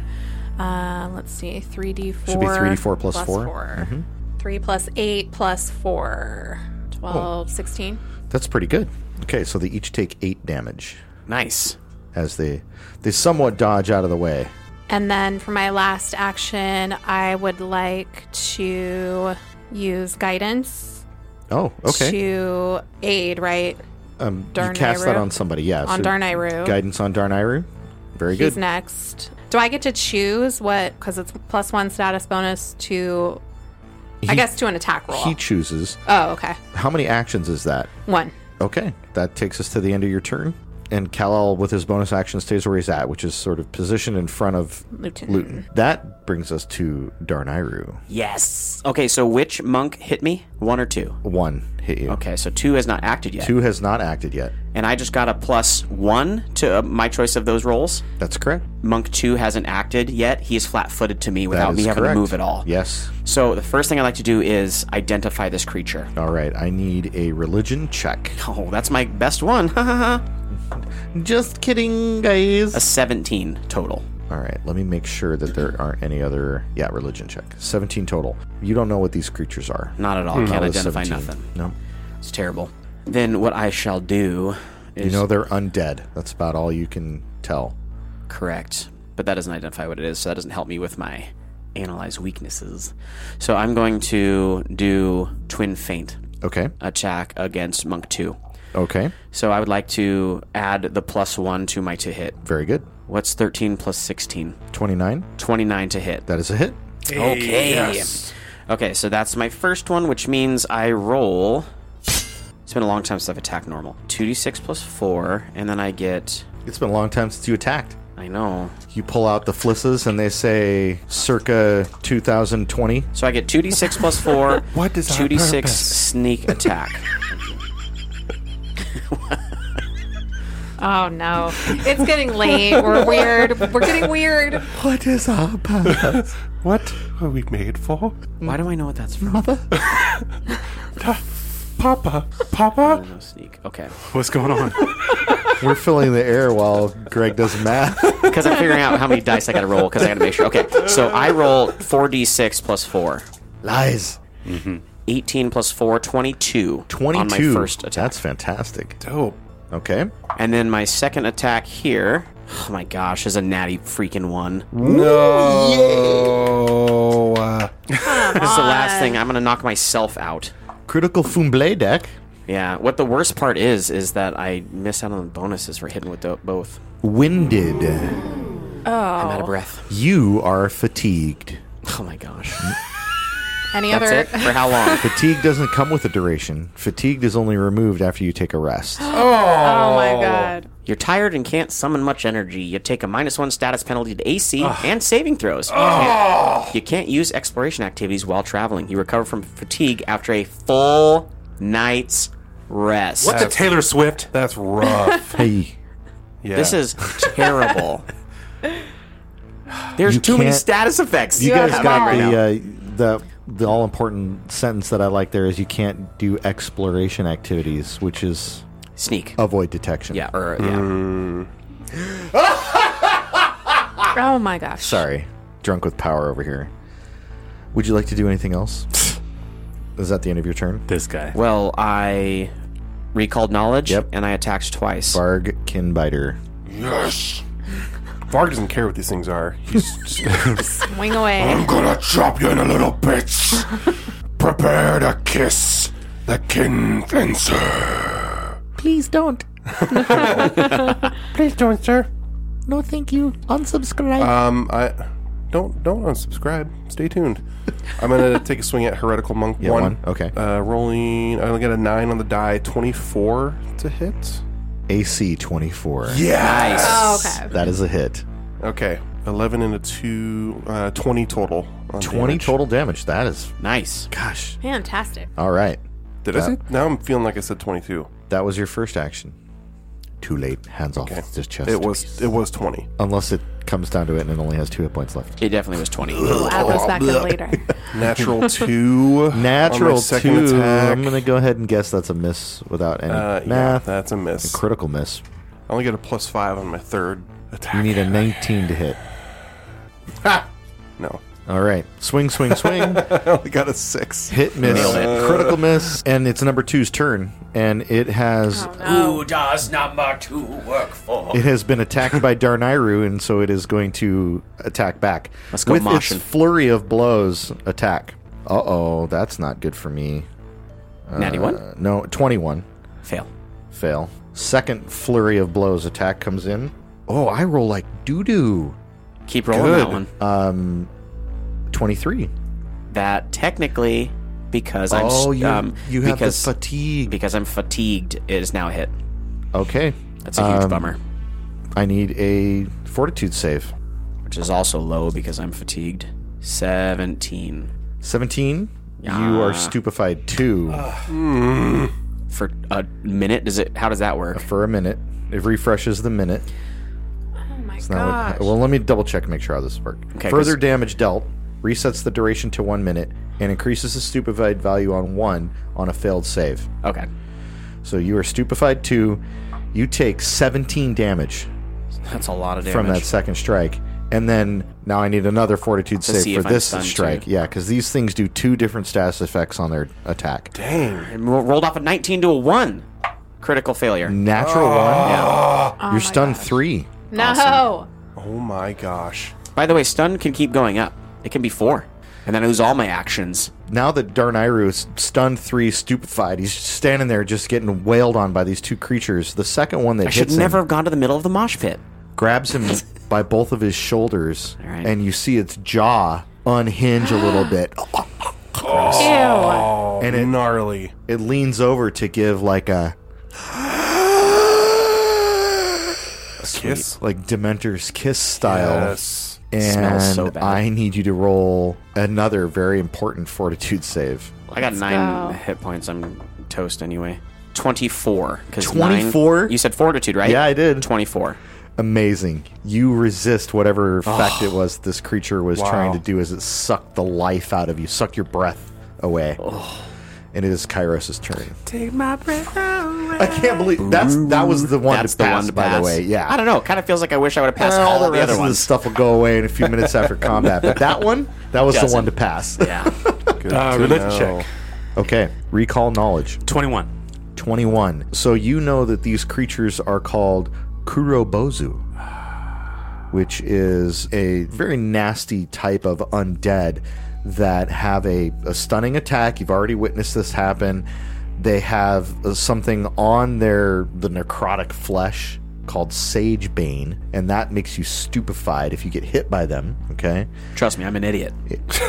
[SPEAKER 5] uh, let's see. 3d4.
[SPEAKER 4] Should be 3d4 plus
[SPEAKER 5] plus
[SPEAKER 4] four. Mm-hmm.
[SPEAKER 5] 4. 3 plus 8 plus 4.
[SPEAKER 4] Oh.
[SPEAKER 5] 12, 16.
[SPEAKER 4] That's pretty good. Okay, so they each take eight damage
[SPEAKER 7] Nice.
[SPEAKER 4] as they they somewhat dodge out of the way.
[SPEAKER 5] And then for my last action, I would like to use guidance
[SPEAKER 4] Oh, okay.
[SPEAKER 5] to aid, right?
[SPEAKER 4] Um, you cast
[SPEAKER 5] Darnayru?
[SPEAKER 4] that on somebody, yeah.
[SPEAKER 5] On Darnayru.
[SPEAKER 4] Guidance on Darnayru. Very
[SPEAKER 5] He's
[SPEAKER 4] good.
[SPEAKER 5] next. Do I get to choose what? Because it's plus one status bonus to, I
[SPEAKER 4] He-
[SPEAKER 5] guess, to an attack roll.
[SPEAKER 4] He chooses.
[SPEAKER 5] oh, okay.
[SPEAKER 4] How many actions is that?
[SPEAKER 5] One.
[SPEAKER 4] Okay, that takes us to the end of your turn. And Kal-El, with his bonus action, stays where he's at, which is sort of positioned in front of
[SPEAKER 5] Luton.
[SPEAKER 4] Luton. That brings us to Darnayru.
[SPEAKER 7] Yes. Okay, so which monk hit me? One or two?
[SPEAKER 4] One hit you.
[SPEAKER 7] Okay, so two has not acted yet.
[SPEAKER 4] Two has not acted yet.
[SPEAKER 7] and I just got a plus one to uh, my choice of those rolls.
[SPEAKER 4] That's correct.
[SPEAKER 7] Monk two hasn't acted yet. He is flat-footed to me without
[SPEAKER 4] That
[SPEAKER 7] me
[SPEAKER 4] is
[SPEAKER 7] having
[SPEAKER 4] correct.
[SPEAKER 7] to move at all.
[SPEAKER 4] Yes.
[SPEAKER 7] So the first thing I like to do is identify this creature.
[SPEAKER 4] All right. I need a religion check.
[SPEAKER 7] Oh, that's my best one.
[SPEAKER 4] Just kidding, guys.
[SPEAKER 7] a 17 total.
[SPEAKER 4] All right, let me make sure that there aren't any other. Yeah, religion check. 17 total. You don't know what these creatures are.
[SPEAKER 7] Not at all. Can't
[SPEAKER 4] Out of
[SPEAKER 7] identify
[SPEAKER 4] 17.
[SPEAKER 7] nothing.
[SPEAKER 4] No.
[SPEAKER 7] It's terrible. Then what I shall do is
[SPEAKER 4] You know they're undead. That's about all you can tell.
[SPEAKER 7] correct, but that doesn't identify what it is, so that doesn't help me with my analyze weaknesses. So I'm going to do twin feint
[SPEAKER 4] Okay.
[SPEAKER 7] attack against monk 2.
[SPEAKER 4] Okay.
[SPEAKER 7] So I would like to add the plus 1 to my to hit.
[SPEAKER 4] Very good.
[SPEAKER 7] What's 13 plus 16?
[SPEAKER 4] 29.
[SPEAKER 7] 29 to hit.
[SPEAKER 4] That is a hit.
[SPEAKER 7] Okay. Okay, so that's my first one, which means I roll. It's been a long time since I've attacked normal. 2d6 plus 4, and then I get.
[SPEAKER 4] It's been a long time since you attacked.
[SPEAKER 7] I know.
[SPEAKER 4] You pull out the flisses and they say circa 2020.
[SPEAKER 7] So I get 2d6 plus 4.
[SPEAKER 3] What is our
[SPEAKER 7] 2d6
[SPEAKER 3] purpose?
[SPEAKER 7] sneak attack.
[SPEAKER 5] Oh no, it's getting late. We're weird. We're getting weird.
[SPEAKER 4] What is our purpose?
[SPEAKER 3] What are we made for?
[SPEAKER 7] Why do I know what that's from?
[SPEAKER 3] Papa, Papa.
[SPEAKER 7] No sneak. Okay.
[SPEAKER 3] What's going on?
[SPEAKER 4] We're filling the air while Greg does math.
[SPEAKER 7] Because I'm figuring out how many dice I gotta roll, because I gotta make sure. Okay, so I roll 4d6 plus 4.
[SPEAKER 4] Lies.
[SPEAKER 7] 18 plus 4, 22.
[SPEAKER 4] 22.
[SPEAKER 7] On my first attack.
[SPEAKER 4] That's fantastic.
[SPEAKER 3] Dope.
[SPEAKER 4] Okay.
[SPEAKER 7] And then my second attack here, oh my gosh, is a natty freaking one.
[SPEAKER 3] No. Uh,
[SPEAKER 7] This is the last thing. I'm gonna knock myself out.
[SPEAKER 4] Critical Fumble deck.
[SPEAKER 7] Yeah. What the worst part is is that I miss out on the bonuses for hitting with the, both.
[SPEAKER 4] Winded.
[SPEAKER 7] I'm out of breath.
[SPEAKER 4] You are fatigued.
[SPEAKER 7] Oh my gosh.
[SPEAKER 5] Any
[SPEAKER 7] That's
[SPEAKER 5] other?
[SPEAKER 7] it. For how long?
[SPEAKER 4] Fatigue doesn't come with a duration. Fatigued is only removed after you take a rest.
[SPEAKER 5] Oh my god.
[SPEAKER 7] You're tired and can't summon much energy. You take a minus one status penalty to AC and saving throws. You can't- You can't use exploration activities while traveling. You recover from fatigue after a full night's rest.
[SPEAKER 6] What's a Taylor Swift?
[SPEAKER 3] that's rough.
[SPEAKER 4] hey,
[SPEAKER 3] Yeah.
[SPEAKER 7] This is terrible. There's
[SPEAKER 4] You
[SPEAKER 7] too many
[SPEAKER 4] can't-
[SPEAKER 7] status effects.
[SPEAKER 4] you guys
[SPEAKER 7] happening
[SPEAKER 4] got
[SPEAKER 7] right now.
[SPEAKER 4] the uh, the the all important sentence that I like there is you can't do exploration activities, which is
[SPEAKER 7] sneak.
[SPEAKER 4] avoid detection.
[SPEAKER 7] Yeah, mm. or yeah.
[SPEAKER 5] Oh my gosh.
[SPEAKER 4] Sorry, drunk with power over here. Would you like to do anything else? is that the end of your turn?
[SPEAKER 8] This guy.
[SPEAKER 7] Well, I recalled knowledge
[SPEAKER 4] Yep.
[SPEAKER 7] and I attacked twice.
[SPEAKER 4] Barg Kinbiter.
[SPEAKER 3] yes. Varg doesn't care what these things are. He's just-
[SPEAKER 5] Swing away.
[SPEAKER 3] I'm gonna chop you in a little bits. Prepare to kiss the kin fencer.
[SPEAKER 4] Please don't.
[SPEAKER 3] Please don't, sir.
[SPEAKER 4] No, thank you. Unsubscribe.
[SPEAKER 3] Um, I don't don't unsubscribe. Stay tuned. I'm gonna take a swing at heretical monk
[SPEAKER 4] Yeah,
[SPEAKER 3] one.
[SPEAKER 4] one. Okay.
[SPEAKER 3] Uh, rolling. I only got a nine on the die. Twenty four to hit.
[SPEAKER 4] AC twenty four.
[SPEAKER 3] Yes.
[SPEAKER 5] Oh, okay.
[SPEAKER 4] That is a hit.
[SPEAKER 3] Okay. Eleven and a two. Uh, Twenty total. on
[SPEAKER 4] 20
[SPEAKER 3] damage.
[SPEAKER 4] total damage. That is.
[SPEAKER 7] Nice.
[SPEAKER 4] Gosh.
[SPEAKER 5] Fantastic.
[SPEAKER 4] All right.
[SPEAKER 3] Did I say? Now I'm feeling like I said twenty two.
[SPEAKER 4] That was your first action. Too late. Hands off this chest.
[SPEAKER 3] It was. It was twenty.
[SPEAKER 4] Unless it comes down to it and it only has two hit points left.
[SPEAKER 7] It definitely was 20.
[SPEAKER 5] We'll add those back in later.
[SPEAKER 3] Natural two. on my
[SPEAKER 4] Natural
[SPEAKER 3] second
[SPEAKER 4] two.
[SPEAKER 3] attack.
[SPEAKER 4] I'm going to go ahead and guess that's a miss without any
[SPEAKER 3] Uh, yeah,
[SPEAKER 4] math.
[SPEAKER 3] that's a miss.
[SPEAKER 4] Critical miss.
[SPEAKER 3] I only get a plus five on my third attack.
[SPEAKER 4] You need a 19 to hit.
[SPEAKER 3] no.
[SPEAKER 4] All right. Swing, swing, swing.
[SPEAKER 3] I only got a six.
[SPEAKER 4] hit, miss. Critical miss. And it's number two's turn. And it has
[SPEAKER 5] Oh,
[SPEAKER 4] It has been attacked by Darnayru, and so it is going to attack back.
[SPEAKER 7] Let's go
[SPEAKER 4] With
[SPEAKER 7] moshing.
[SPEAKER 4] its flurry of blows, attack. Uh oh, that's not good for me.
[SPEAKER 7] Natty
[SPEAKER 4] Uh,
[SPEAKER 7] 1?
[SPEAKER 4] no, 21.
[SPEAKER 7] Fail.
[SPEAKER 4] Fail. Second flurry of blows attack comes in. Oh, I roll like doo doo.
[SPEAKER 7] Keep rolling that one.
[SPEAKER 4] Uh, 23.
[SPEAKER 7] that technically, because I'm.
[SPEAKER 4] oh,
[SPEAKER 7] s-
[SPEAKER 4] you,
[SPEAKER 7] um,
[SPEAKER 4] you have
[SPEAKER 7] because,
[SPEAKER 4] the fatigue.
[SPEAKER 7] because I'm fatigued, it is now a hit.
[SPEAKER 4] Okay.
[SPEAKER 7] That's a huge
[SPEAKER 4] Um,
[SPEAKER 7] bummer,
[SPEAKER 4] I need a fortitude save.
[SPEAKER 7] which is also low because I'm fatigued. 17.
[SPEAKER 4] 17. You are stupefied too.
[SPEAKER 7] for a minute? Does it? How does that work?
[SPEAKER 4] for a minute. It refreshes the minute.
[SPEAKER 5] Oh my
[SPEAKER 4] It's not what-
[SPEAKER 5] gosh.
[SPEAKER 4] well, let me double check and make sure how this works.
[SPEAKER 7] Okay,
[SPEAKER 4] Further
[SPEAKER 7] 'cause-
[SPEAKER 4] damage dealt resets the duration to one minute and increases the stupefied value on one on a failed save.
[SPEAKER 7] Okay.
[SPEAKER 4] So you are stupefied two. You take 17 damage
[SPEAKER 7] That's a lot of damage.
[SPEAKER 4] from that second strike. And then now I need another fortitude
[SPEAKER 7] To see
[SPEAKER 4] save
[SPEAKER 7] if
[SPEAKER 4] for
[SPEAKER 7] I'm
[SPEAKER 4] this
[SPEAKER 7] stunned,
[SPEAKER 4] strike.
[SPEAKER 7] too.
[SPEAKER 4] Yeah, because these things do two different status effects on their attack.
[SPEAKER 7] I ro- rolled off a 19 to a 1. Critical failure.
[SPEAKER 4] Natural one.
[SPEAKER 5] Oh my
[SPEAKER 4] You're stunned
[SPEAKER 5] gosh.
[SPEAKER 4] three.
[SPEAKER 5] No.
[SPEAKER 3] Oh my gosh.
[SPEAKER 7] By the way, stun can keep going up. It can be 4. And then I lose all my actions.
[SPEAKER 4] Now that Darnayru is stunned three, stupefied, he's standing there just getting wailed on by these two creatures. The second one that
[SPEAKER 7] I should
[SPEAKER 4] hits
[SPEAKER 7] never
[SPEAKER 4] him
[SPEAKER 7] have gone to the middle of the mosh pit.
[SPEAKER 4] grabs him by both of his shoulders,
[SPEAKER 7] All right.
[SPEAKER 4] and you see its jaw unhinge a little bit.
[SPEAKER 5] Ew.
[SPEAKER 4] And it-
[SPEAKER 3] gnarly.
[SPEAKER 4] It leans over to give like a
[SPEAKER 3] Kiss.
[SPEAKER 4] like Dementor's kiss style.
[SPEAKER 3] Yes.
[SPEAKER 4] And
[SPEAKER 7] Smells so bad.
[SPEAKER 4] I need you to roll another very important fortitude save.
[SPEAKER 7] I got 9
[SPEAKER 5] go.
[SPEAKER 7] hit points. I'm toast anyway. 24. 'cause
[SPEAKER 4] 24?
[SPEAKER 7] nine- you said fortitude, right?
[SPEAKER 4] Yeah, I did.
[SPEAKER 7] 24.
[SPEAKER 4] Amazing. You resist whatever effect it was this creature was
[SPEAKER 3] Wow.
[SPEAKER 4] trying to do as it sucked the life out of you, sucked your breath away. And it is Kairos' turn.
[SPEAKER 7] Take my breath away.
[SPEAKER 4] I can't believe that's that was the one
[SPEAKER 7] That's
[SPEAKER 4] to pass,
[SPEAKER 7] the one to
[SPEAKER 4] by
[SPEAKER 7] pass.
[SPEAKER 4] the way. Yeah.
[SPEAKER 7] I don't know. It kind of feels like I wish I would have passed
[SPEAKER 4] Uh,
[SPEAKER 7] all the,
[SPEAKER 4] rest
[SPEAKER 7] other
[SPEAKER 4] of the
[SPEAKER 7] ones.
[SPEAKER 4] stuff will go away in a few minutes after combat, but that one, that was the
[SPEAKER 7] Doesn't.
[SPEAKER 4] one to pass.
[SPEAKER 7] Yeah.
[SPEAKER 8] Uh, religion check.
[SPEAKER 4] Okay, recall knowledge.
[SPEAKER 8] 21.
[SPEAKER 4] 21. So you know that these creatures are called Kurobozu, which is a very nasty type of undead that have a, a stunning attack. You've already witnessed this happen. They have uh, something on their the necrotic flesh called sage bane, and that makes you stupefied if you get hit by them. Okay,
[SPEAKER 7] Trust me, I'm an idiot.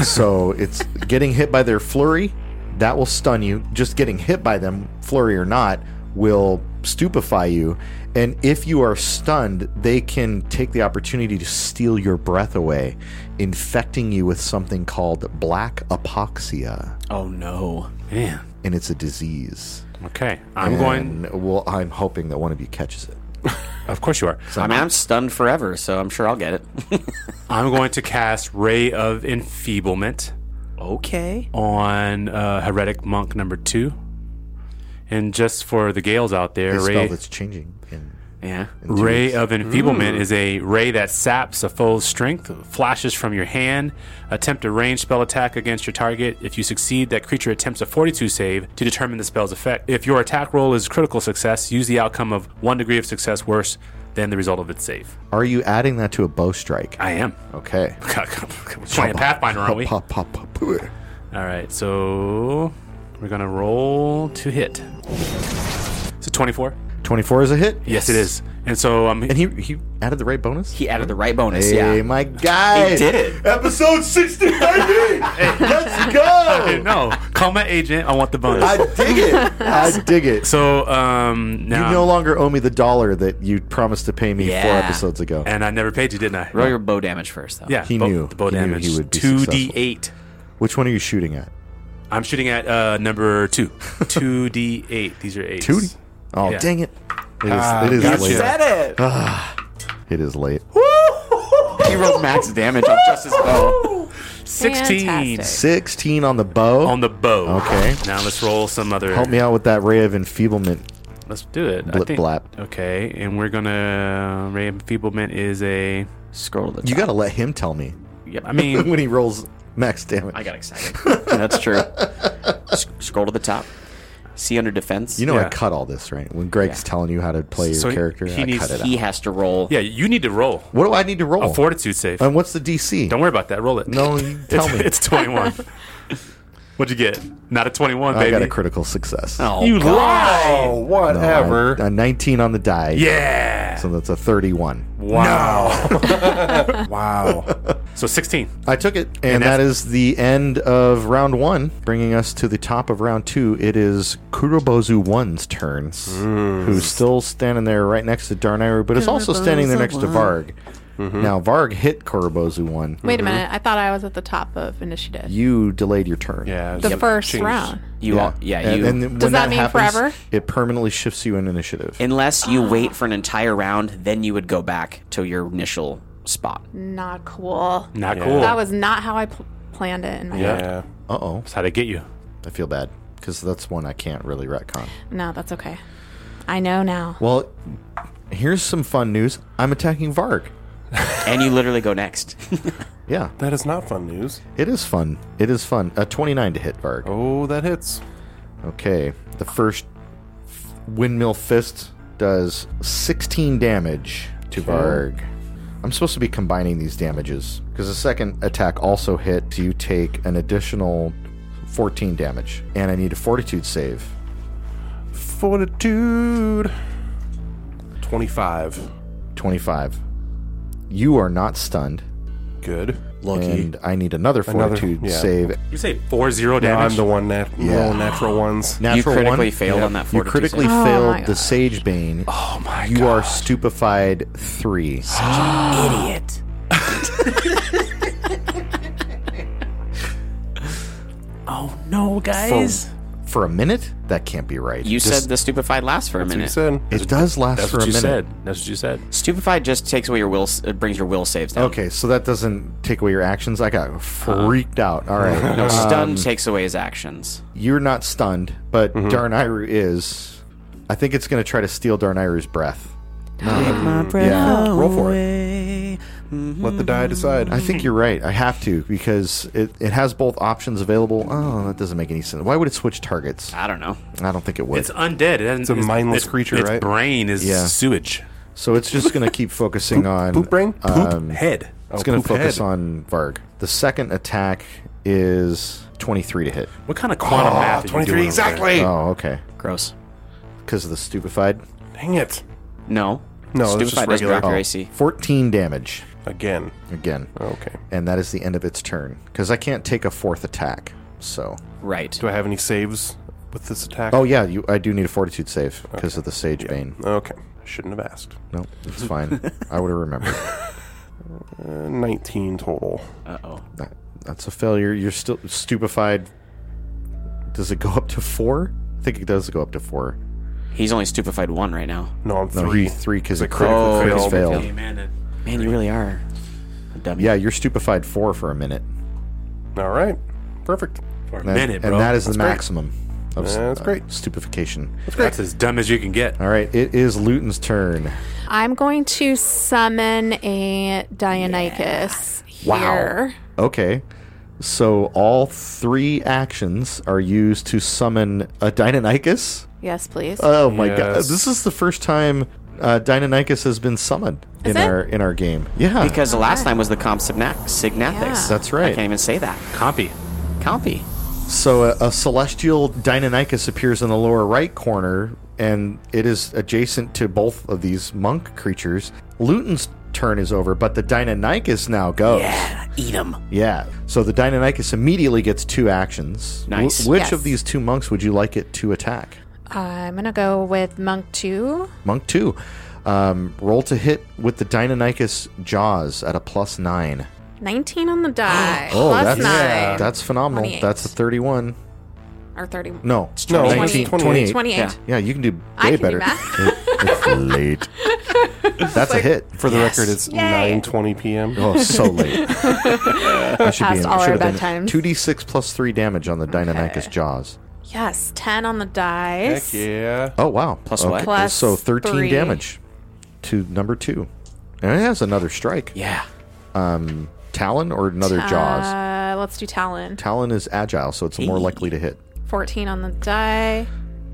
[SPEAKER 4] so it's getting hit by their flurry that will stun you. Just getting hit by them, flurry or not, will stupefy you. And if you are stunned, they can take the opportunity to steal your breath away, infecting you with something called black apoxia,
[SPEAKER 7] Oh, no.
[SPEAKER 8] Man.
[SPEAKER 4] and it's a disease.
[SPEAKER 8] Okay. I'm going.
[SPEAKER 4] And well, I'm hoping that one of you catches it.
[SPEAKER 8] Of course you are.
[SPEAKER 7] I mean, I'm stunned forever, so I'm sure I'll get it.
[SPEAKER 8] I'm going to cast Ray of Enfeeblement
[SPEAKER 7] okay.
[SPEAKER 8] on uh, Heretic Monk number two. And just for the Gales out there,
[SPEAKER 4] The spell
[SPEAKER 8] Ray,
[SPEAKER 4] that's changing. in-
[SPEAKER 7] Yeah.
[SPEAKER 8] Ray of Enfeeblement is a ray that saps a foe's strength, flashes from your hand. Attempt a ranged spell attack against your target. If you succeed, that creature attempts a 42 save to determine the spell's effect. If your attack roll is critical success, use the outcome of one degree of success worse than the result of its save.
[SPEAKER 4] Are you adding that to a bow strike?
[SPEAKER 8] I am.
[SPEAKER 4] Okay.
[SPEAKER 8] We're playing Pathfinder, aren't we? All
[SPEAKER 4] Pop, pop, pop, pop.
[SPEAKER 8] right, so we're going to roll to hit. It's a 24.
[SPEAKER 4] 24 is a hit.
[SPEAKER 8] Yes, it is. And so um, I'm
[SPEAKER 4] And he, he added the right bonus?
[SPEAKER 7] He added the right bonus.
[SPEAKER 4] Hey,
[SPEAKER 7] yeah.
[SPEAKER 4] my guy.
[SPEAKER 7] He did it.
[SPEAKER 4] Episode 60, baby. Let's go.
[SPEAKER 8] no, call my agent. I want the bonus.
[SPEAKER 4] I dig it. I dig it.
[SPEAKER 8] So um,
[SPEAKER 4] you
[SPEAKER 8] now,
[SPEAKER 4] no longer owe me the dollar that you promised to pay me four
[SPEAKER 7] Yeah.
[SPEAKER 4] episodes ago.
[SPEAKER 8] and I never paid you, didn't I?
[SPEAKER 7] Roll your bow damage first, though.
[SPEAKER 8] Yeah,
[SPEAKER 4] He
[SPEAKER 8] bo-
[SPEAKER 4] knew.
[SPEAKER 8] the bow
[SPEAKER 4] He knew
[SPEAKER 8] damage.
[SPEAKER 4] he would be
[SPEAKER 8] two d eight.
[SPEAKER 4] Which one are you shooting at?
[SPEAKER 8] I'm shooting at uh, number two. Two d eight. These are eights.
[SPEAKER 4] Two. Oh,
[SPEAKER 8] Yeah. Uh,
[SPEAKER 4] dang it. It is, it is late.
[SPEAKER 7] it.
[SPEAKER 4] It is late.
[SPEAKER 7] he rolled max damage on just his bow.
[SPEAKER 8] Sixteen
[SPEAKER 5] Fantastic.
[SPEAKER 4] 16 on the bow.
[SPEAKER 8] on the bow.
[SPEAKER 4] Okay.
[SPEAKER 8] Now let's roll some other.
[SPEAKER 4] Help me out with that ray of enfeeblement.
[SPEAKER 8] Let's do it. I
[SPEAKER 4] Blip
[SPEAKER 8] think-
[SPEAKER 4] blap.
[SPEAKER 8] Okay, and we're gonna ray of enfeeblement is a.
[SPEAKER 7] Scroll to the top.
[SPEAKER 4] You got to let him tell me
[SPEAKER 8] I mean,
[SPEAKER 4] when he rolls max damage.
[SPEAKER 7] I got excited. That's true. S- scroll to the top. See under defense.
[SPEAKER 4] you know I
[SPEAKER 8] Yeah.
[SPEAKER 4] cut all this, right? When Greg's telling you how to play your
[SPEAKER 8] So he-
[SPEAKER 4] character,
[SPEAKER 8] he
[SPEAKER 4] I
[SPEAKER 8] needs-
[SPEAKER 4] cut it
[SPEAKER 7] he
[SPEAKER 4] out.
[SPEAKER 7] has to roll.
[SPEAKER 8] yeah, you need to roll
[SPEAKER 4] What do I need to roll?
[SPEAKER 8] a fortitude save.
[SPEAKER 4] And what's the DC?
[SPEAKER 8] Don't worry about that. Roll it.
[SPEAKER 4] No, you tell
[SPEAKER 8] it's,
[SPEAKER 4] me.
[SPEAKER 8] It's twenty one. What'd you get? Not a twenty one, baby.
[SPEAKER 4] I got a critical success.
[SPEAKER 7] Oh,
[SPEAKER 8] You lie.
[SPEAKER 3] Oh,
[SPEAKER 4] No, I-
[SPEAKER 3] whatever.
[SPEAKER 4] a 19 on the die.
[SPEAKER 8] Yeah.
[SPEAKER 4] So that's a 31.
[SPEAKER 8] Wow.
[SPEAKER 3] wow.
[SPEAKER 8] So 16.
[SPEAKER 4] I took it. And, that is the end of round one, bringing us to the top of round two. It is Kurobozu 1's turn, who's still standing there right next to Darnayru, but is also standing there next to Varg. Now Varg hit Korobozu one.
[SPEAKER 5] Wait a minute. I thought I was at the top of initiative.
[SPEAKER 4] You delayed your turn.
[SPEAKER 8] Yeah.
[SPEAKER 5] the
[SPEAKER 8] yep.
[SPEAKER 5] first
[SPEAKER 8] changed.
[SPEAKER 5] round.
[SPEAKER 7] You all, yeah,
[SPEAKER 4] And-
[SPEAKER 7] you.
[SPEAKER 4] and when
[SPEAKER 5] Does that mean forever?
[SPEAKER 4] It permanently shifts you in initiative.
[SPEAKER 7] unless you wait for an entire round, then you would go back to your initial spot.
[SPEAKER 5] Not cool.
[SPEAKER 8] Not cool.
[SPEAKER 5] That was not how I pl- planned it in my head.
[SPEAKER 8] yeah.
[SPEAKER 4] Uh oh,
[SPEAKER 8] That's how they get you.
[SPEAKER 4] I feel bad because that's one I can't really retcon.
[SPEAKER 5] No, that's okay. I know now.
[SPEAKER 4] Well, here's some fun news. I'm attacking Varg.
[SPEAKER 7] And you literally go next.
[SPEAKER 4] Yeah,
[SPEAKER 3] That is not fun news.
[SPEAKER 4] it is fun. It is fun. A 29 to hit Varg.
[SPEAKER 3] Oh, that hits.
[SPEAKER 4] Okay, the first f- windmill fist does 16 damage to Varg. I'm supposed to be combining these damages because the second attack also hits. You take an additional 14 damage, and I need a fortitude save.
[SPEAKER 3] Fortitude. 25.
[SPEAKER 4] 25. You are not stunned,
[SPEAKER 3] Good.
[SPEAKER 4] and I need another
[SPEAKER 3] Another-
[SPEAKER 4] fortitude
[SPEAKER 3] yeah.
[SPEAKER 4] save.
[SPEAKER 8] You say four zero damage.
[SPEAKER 3] I'm the one that
[SPEAKER 4] Yeah.
[SPEAKER 3] roll natural ones.
[SPEAKER 7] you
[SPEAKER 4] Natural
[SPEAKER 7] critically
[SPEAKER 4] one.
[SPEAKER 7] failed on that
[SPEAKER 4] You
[SPEAKER 7] fortitude.
[SPEAKER 4] critically
[SPEAKER 7] save.
[SPEAKER 5] Oh my
[SPEAKER 4] failed the
[SPEAKER 5] gosh.
[SPEAKER 4] Sage Bane. Oh my You are stupefied three.
[SPEAKER 1] Idiot.
[SPEAKER 6] No, guys.
[SPEAKER 4] For a minute? That can't be right.
[SPEAKER 7] You said the stupefied lasts for a
[SPEAKER 3] That's what you
[SPEAKER 7] minute.
[SPEAKER 3] said.
[SPEAKER 4] It does last
[SPEAKER 8] That's
[SPEAKER 4] for a
[SPEAKER 8] what you
[SPEAKER 4] minute. Mm.
[SPEAKER 8] said. That's what you said.
[SPEAKER 7] Stupefied just takes away your will. s- It brings your will saves down.
[SPEAKER 4] Okay, so that doesn't take away your actions. I got freaked out. All right,
[SPEAKER 7] No,
[SPEAKER 4] Uh,
[SPEAKER 7] stun takes away his actions.
[SPEAKER 4] you're not stunned, but
[SPEAKER 3] Mm-hmm.
[SPEAKER 4] Darnayru is. I think it's going to try to steal Darnayru's breath. Um, yeah,
[SPEAKER 3] Roll for it. Let the die decide.
[SPEAKER 4] I think you're right. I have to because it, it has both options available. Oh, that doesn't make any sense. Why would it switch targets?
[SPEAKER 7] I don't know.
[SPEAKER 4] I don't think it would.
[SPEAKER 8] It's undead. It it's
[SPEAKER 3] a mindless creature,
[SPEAKER 8] its
[SPEAKER 3] right?
[SPEAKER 8] brain is
[SPEAKER 4] Yeah.
[SPEAKER 8] sewage.
[SPEAKER 4] so it's just going to keep focusing on
[SPEAKER 3] poop brain?
[SPEAKER 4] Um,
[SPEAKER 8] Head.
[SPEAKER 4] It's going to
[SPEAKER 3] poop head.
[SPEAKER 4] focus on Varg. The second attack is 23 to hit.
[SPEAKER 8] What kind of quantum math? are you doing over there?
[SPEAKER 4] Oh, okay.
[SPEAKER 7] Gross.
[SPEAKER 4] Because of the stupefied.
[SPEAKER 3] Dang it.
[SPEAKER 7] No.
[SPEAKER 3] No, that's just
[SPEAKER 7] Stupefied doesn't
[SPEAKER 3] regular-
[SPEAKER 7] drop your
[SPEAKER 3] oh.
[SPEAKER 7] AC.
[SPEAKER 4] 14 damage
[SPEAKER 3] Again.
[SPEAKER 4] again.
[SPEAKER 3] Okay.
[SPEAKER 4] and that is the end of its turn because I can't take a fourth attack. So,
[SPEAKER 7] Right.
[SPEAKER 3] Do I have any saves with this attack?
[SPEAKER 4] oh yeah, you, I do need a fortitude save because of the sage bane.
[SPEAKER 3] Okay. Shouldn't have asked.
[SPEAKER 4] No, it's fine. I would have remembered.
[SPEAKER 3] Uh, 19 total.
[SPEAKER 7] Uh oh.
[SPEAKER 4] That, that's a failure. You're still stupefied. Does it go up to four? I think it does go up to four.
[SPEAKER 7] He's only stupefied one right now.
[SPEAKER 3] No, I'm
[SPEAKER 4] No,
[SPEAKER 3] three.
[SPEAKER 4] he- three because it
[SPEAKER 3] critical
[SPEAKER 4] critical
[SPEAKER 7] fail.
[SPEAKER 4] failed.
[SPEAKER 7] Critical
[SPEAKER 4] failed.
[SPEAKER 8] Hey, man, that-
[SPEAKER 7] Man, you really are. A dummy.
[SPEAKER 4] Yeah, you're stupefied four for a minute.
[SPEAKER 3] All right. Perfect.
[SPEAKER 8] for a
[SPEAKER 4] And,
[SPEAKER 8] minute, bro.
[SPEAKER 4] and that is
[SPEAKER 8] that's,
[SPEAKER 4] the maximum of s-
[SPEAKER 3] That's
[SPEAKER 4] uh,
[SPEAKER 3] great.
[SPEAKER 4] stupefaction.
[SPEAKER 8] as dumb as you can get.
[SPEAKER 4] All right, it is Luton's turn.
[SPEAKER 5] I'm going to summon a Dionychus here.
[SPEAKER 4] Okay. So all three actions are used to summon a Deinonychus.
[SPEAKER 5] Yes, please.
[SPEAKER 4] Oh my god!
[SPEAKER 3] Yes.
[SPEAKER 4] This is the first time uh, Deinonychus has been summoned
[SPEAKER 5] Is
[SPEAKER 4] in
[SPEAKER 5] it?
[SPEAKER 4] our in our game. Yeah,
[SPEAKER 7] Because the last time was the comp Signa- Signathics.
[SPEAKER 5] Yeah.
[SPEAKER 4] that's right.
[SPEAKER 7] I can't even say that.
[SPEAKER 8] Compy.
[SPEAKER 7] Compy.
[SPEAKER 4] So a, a celestial Deinonychus appears in the lower right corner, and it is adjacent to both of these monk creatures. Luton's turn is over, but the Deinonychus now goes.
[SPEAKER 7] Yeah, eat him.
[SPEAKER 4] Yeah. So the Deinonychus immediately gets two actions.
[SPEAKER 7] Nice.
[SPEAKER 4] which
[SPEAKER 5] Yes.
[SPEAKER 4] of these two monks would you like it to attack?
[SPEAKER 5] I'm going to go with Monk 2.
[SPEAKER 4] Monk two. Um, roll to hit with the Deinonychus jaws at a plus nine.
[SPEAKER 5] 19 on the die.
[SPEAKER 4] Oh,
[SPEAKER 5] plus
[SPEAKER 4] that's
[SPEAKER 5] 9.
[SPEAKER 4] that's phenomenal.
[SPEAKER 5] 28.
[SPEAKER 4] That's a thirty-one.
[SPEAKER 5] or 30.
[SPEAKER 4] No,
[SPEAKER 3] No,
[SPEAKER 4] 19,
[SPEAKER 3] 28.
[SPEAKER 4] 28.
[SPEAKER 5] 28.
[SPEAKER 7] Yeah.
[SPEAKER 4] Yeah, you can do way
[SPEAKER 5] I can do
[SPEAKER 4] better.
[SPEAKER 5] math.
[SPEAKER 4] It- it's late. That's a hit.
[SPEAKER 3] For the record, it's 9.20 p.m.
[SPEAKER 4] Oh, so late. I should
[SPEAKER 5] Past all our
[SPEAKER 4] should have
[SPEAKER 5] bedtimes.
[SPEAKER 4] Two d six plus three damage on the Deinonychus jaws.
[SPEAKER 5] Yes, 10 on the dice.
[SPEAKER 3] Heck yeah.
[SPEAKER 4] Oh wow!
[SPEAKER 7] Plus what?
[SPEAKER 5] Plus
[SPEAKER 4] so thirteen
[SPEAKER 5] three.
[SPEAKER 4] damage to number two, and it has another strike.
[SPEAKER 7] Yeah.
[SPEAKER 4] Talon or another jaws.
[SPEAKER 5] Uh, let's do Talon.
[SPEAKER 4] Talon is agile, so it's more likely to hit.
[SPEAKER 5] 14 on the die.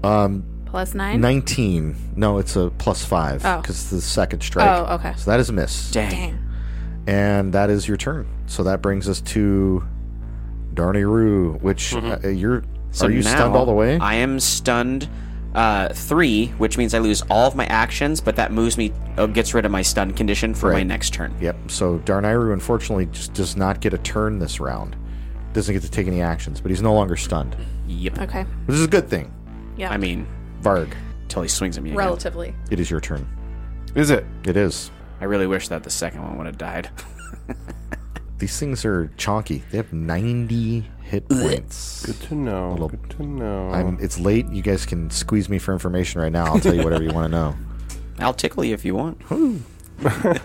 [SPEAKER 5] Um, plus 9.
[SPEAKER 4] 19. No, it's a plus five
[SPEAKER 5] Oh.
[SPEAKER 4] because it's the second strike.
[SPEAKER 5] Oh, okay.
[SPEAKER 4] So that is a miss.
[SPEAKER 7] Dang.
[SPEAKER 5] Dang.
[SPEAKER 4] And that is your turn. So that brings us to Darnay Rue, which
[SPEAKER 5] Mm-hmm.
[SPEAKER 4] uh, you're. are you
[SPEAKER 7] now
[SPEAKER 4] stunned all the way?
[SPEAKER 7] I am stunned uh, three, which means I lose all of my actions, but that moves me, uh, gets rid of my stun condition for my
[SPEAKER 4] Right.
[SPEAKER 7] next turn.
[SPEAKER 4] Yep. So Darnayru unfortunately just does not get a turn this round. Doesn't get to take any actions, but he's no longer stunned,
[SPEAKER 7] Yep.
[SPEAKER 5] Okay.
[SPEAKER 4] which is a good thing.
[SPEAKER 5] Yeah.
[SPEAKER 7] I mean,
[SPEAKER 4] Varg,
[SPEAKER 7] till he swings at me. Again.
[SPEAKER 5] relatively.
[SPEAKER 4] it is your turn.
[SPEAKER 3] Is it?
[SPEAKER 4] It is.
[SPEAKER 7] I really wish that the second one would have died.
[SPEAKER 4] These things are chonky. They have 90 hit points.
[SPEAKER 3] Good to know. Good to know.
[SPEAKER 4] I'm, it's late. You guys can squeeze me for information right now. I'll tell you whatever you want to know.
[SPEAKER 7] I'll tickle you if you want.
[SPEAKER 3] okay,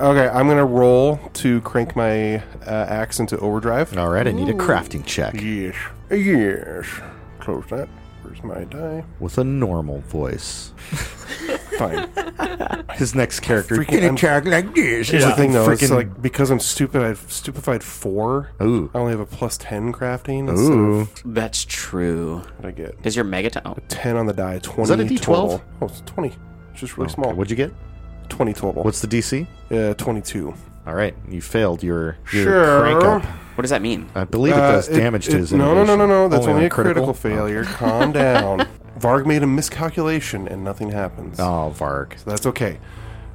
[SPEAKER 3] I'm gonna roll to crank my uh, axe into overdrive.
[SPEAKER 4] All right, I need a crafting check
[SPEAKER 3] Yes. Yes. Close that. Where's my die?
[SPEAKER 4] with a normal voice.
[SPEAKER 3] Fine.
[SPEAKER 4] His next character.
[SPEAKER 3] Freaking- I'm-
[SPEAKER 4] like this.
[SPEAKER 3] Here's the thing, though. It's
[SPEAKER 4] Freaking-
[SPEAKER 3] like because I'm stupid, I have stupefied four.
[SPEAKER 4] Ooh.
[SPEAKER 3] I only have a plus ten crafting. instead
[SPEAKER 4] Ooh.
[SPEAKER 3] of
[SPEAKER 7] That's true.
[SPEAKER 3] What I get?
[SPEAKER 7] Does your megaton? Oh,
[SPEAKER 3] Ten on the die. Twenty.
[SPEAKER 4] that a D12?
[SPEAKER 3] total. Oh, it's twenty. It's just really small.
[SPEAKER 4] Okay, what'd you get?
[SPEAKER 3] Twenty total.
[SPEAKER 4] What's the DC?
[SPEAKER 3] uh, twenty-two?
[SPEAKER 4] All right, you failed your, your
[SPEAKER 3] Sure.
[SPEAKER 4] crank up.
[SPEAKER 7] what does that mean?
[SPEAKER 4] I believe it
[SPEAKER 3] Uh,
[SPEAKER 4] does damage to his
[SPEAKER 3] No, no, no,
[SPEAKER 4] innovation.
[SPEAKER 3] no, no. That's only,
[SPEAKER 4] on
[SPEAKER 3] a critical, failure. Calm down. Varg made a miscalculation and nothing happens.
[SPEAKER 4] Oh, Varg.
[SPEAKER 3] That's okay.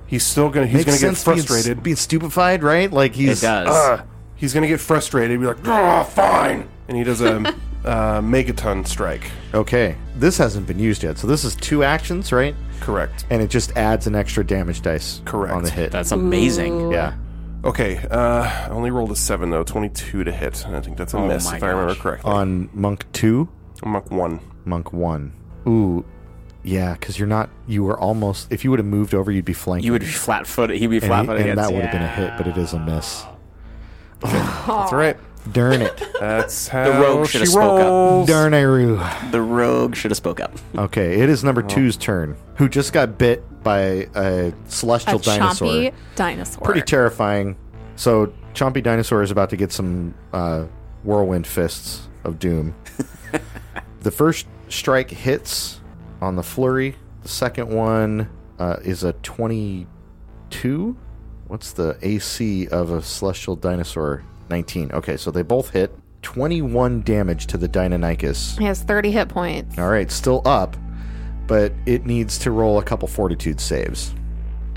[SPEAKER 3] He's still gonna. He's
[SPEAKER 4] Makes
[SPEAKER 3] gonna get
[SPEAKER 4] sense being s-
[SPEAKER 3] frustrated.
[SPEAKER 4] Being, stupefied, right? Like
[SPEAKER 7] It
[SPEAKER 4] he's
[SPEAKER 7] does.
[SPEAKER 3] Uh, he's gonna get frustrated. Be like, oh, fine. And he does a uh, megaton strike.
[SPEAKER 4] Uh, Okay, this hasn't been used yet, so this is two actions, right?
[SPEAKER 3] Correct.
[SPEAKER 4] And it just adds an extra damage dice.
[SPEAKER 3] Correct.
[SPEAKER 4] On the hit.
[SPEAKER 7] That's amazing.
[SPEAKER 4] yeah.
[SPEAKER 3] Okay. Uh, I only rolled a seven though. Twenty-two to hit. And I think that's a
[SPEAKER 7] Oh
[SPEAKER 3] miss
[SPEAKER 7] my
[SPEAKER 3] if I remember
[SPEAKER 7] gosh.
[SPEAKER 3] correctly.
[SPEAKER 4] On monk two,
[SPEAKER 3] I'm like one.
[SPEAKER 4] monk one. Ooh, yeah, because you're not. You were almost. If you would have moved over, you'd be flanking.
[SPEAKER 7] You would be flat footed. He'd be
[SPEAKER 4] and,
[SPEAKER 7] flat
[SPEAKER 4] he-
[SPEAKER 7] footed.
[SPEAKER 4] and that would have been a hit, but it is a miss.
[SPEAKER 3] That's right.
[SPEAKER 4] Darn it,
[SPEAKER 3] That's how
[SPEAKER 7] rogue
[SPEAKER 3] she
[SPEAKER 7] shoulda spoke up.
[SPEAKER 3] rolls.
[SPEAKER 4] darn Iru.
[SPEAKER 7] The rogue should have spoke up.
[SPEAKER 4] Okay, it is number two's turn. Who just got bit by a
[SPEAKER 5] A
[SPEAKER 4] celestial dinosaur?
[SPEAKER 5] chompy dinosaur.
[SPEAKER 4] Pretty terrifying. So Chompy Dinosaur is about to get some uh, whirlwind fists of doom. the first strike hits on the flurry. The second one uh, is a twenty-two. What's the AC of a celestial dinosaur? Nineteen. Okay, so they both hit. Twenty-one damage to the Deinonychus.
[SPEAKER 5] He has 30 hit points.
[SPEAKER 4] All right, still up, but it needs to roll a couple fortitude saves.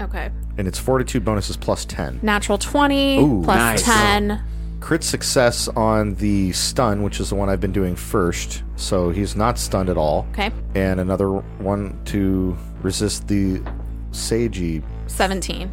[SPEAKER 5] Okay.
[SPEAKER 4] And its fortitude bonus is plus 10.
[SPEAKER 5] Natural 20
[SPEAKER 4] Ooh,
[SPEAKER 5] plus
[SPEAKER 7] nice.
[SPEAKER 5] 10.
[SPEAKER 4] Crit success on the stun, which is the one I've been doing first. So he's not stunned at all.
[SPEAKER 5] Okay.
[SPEAKER 4] And another one to resist the Seiji
[SPEAKER 5] 17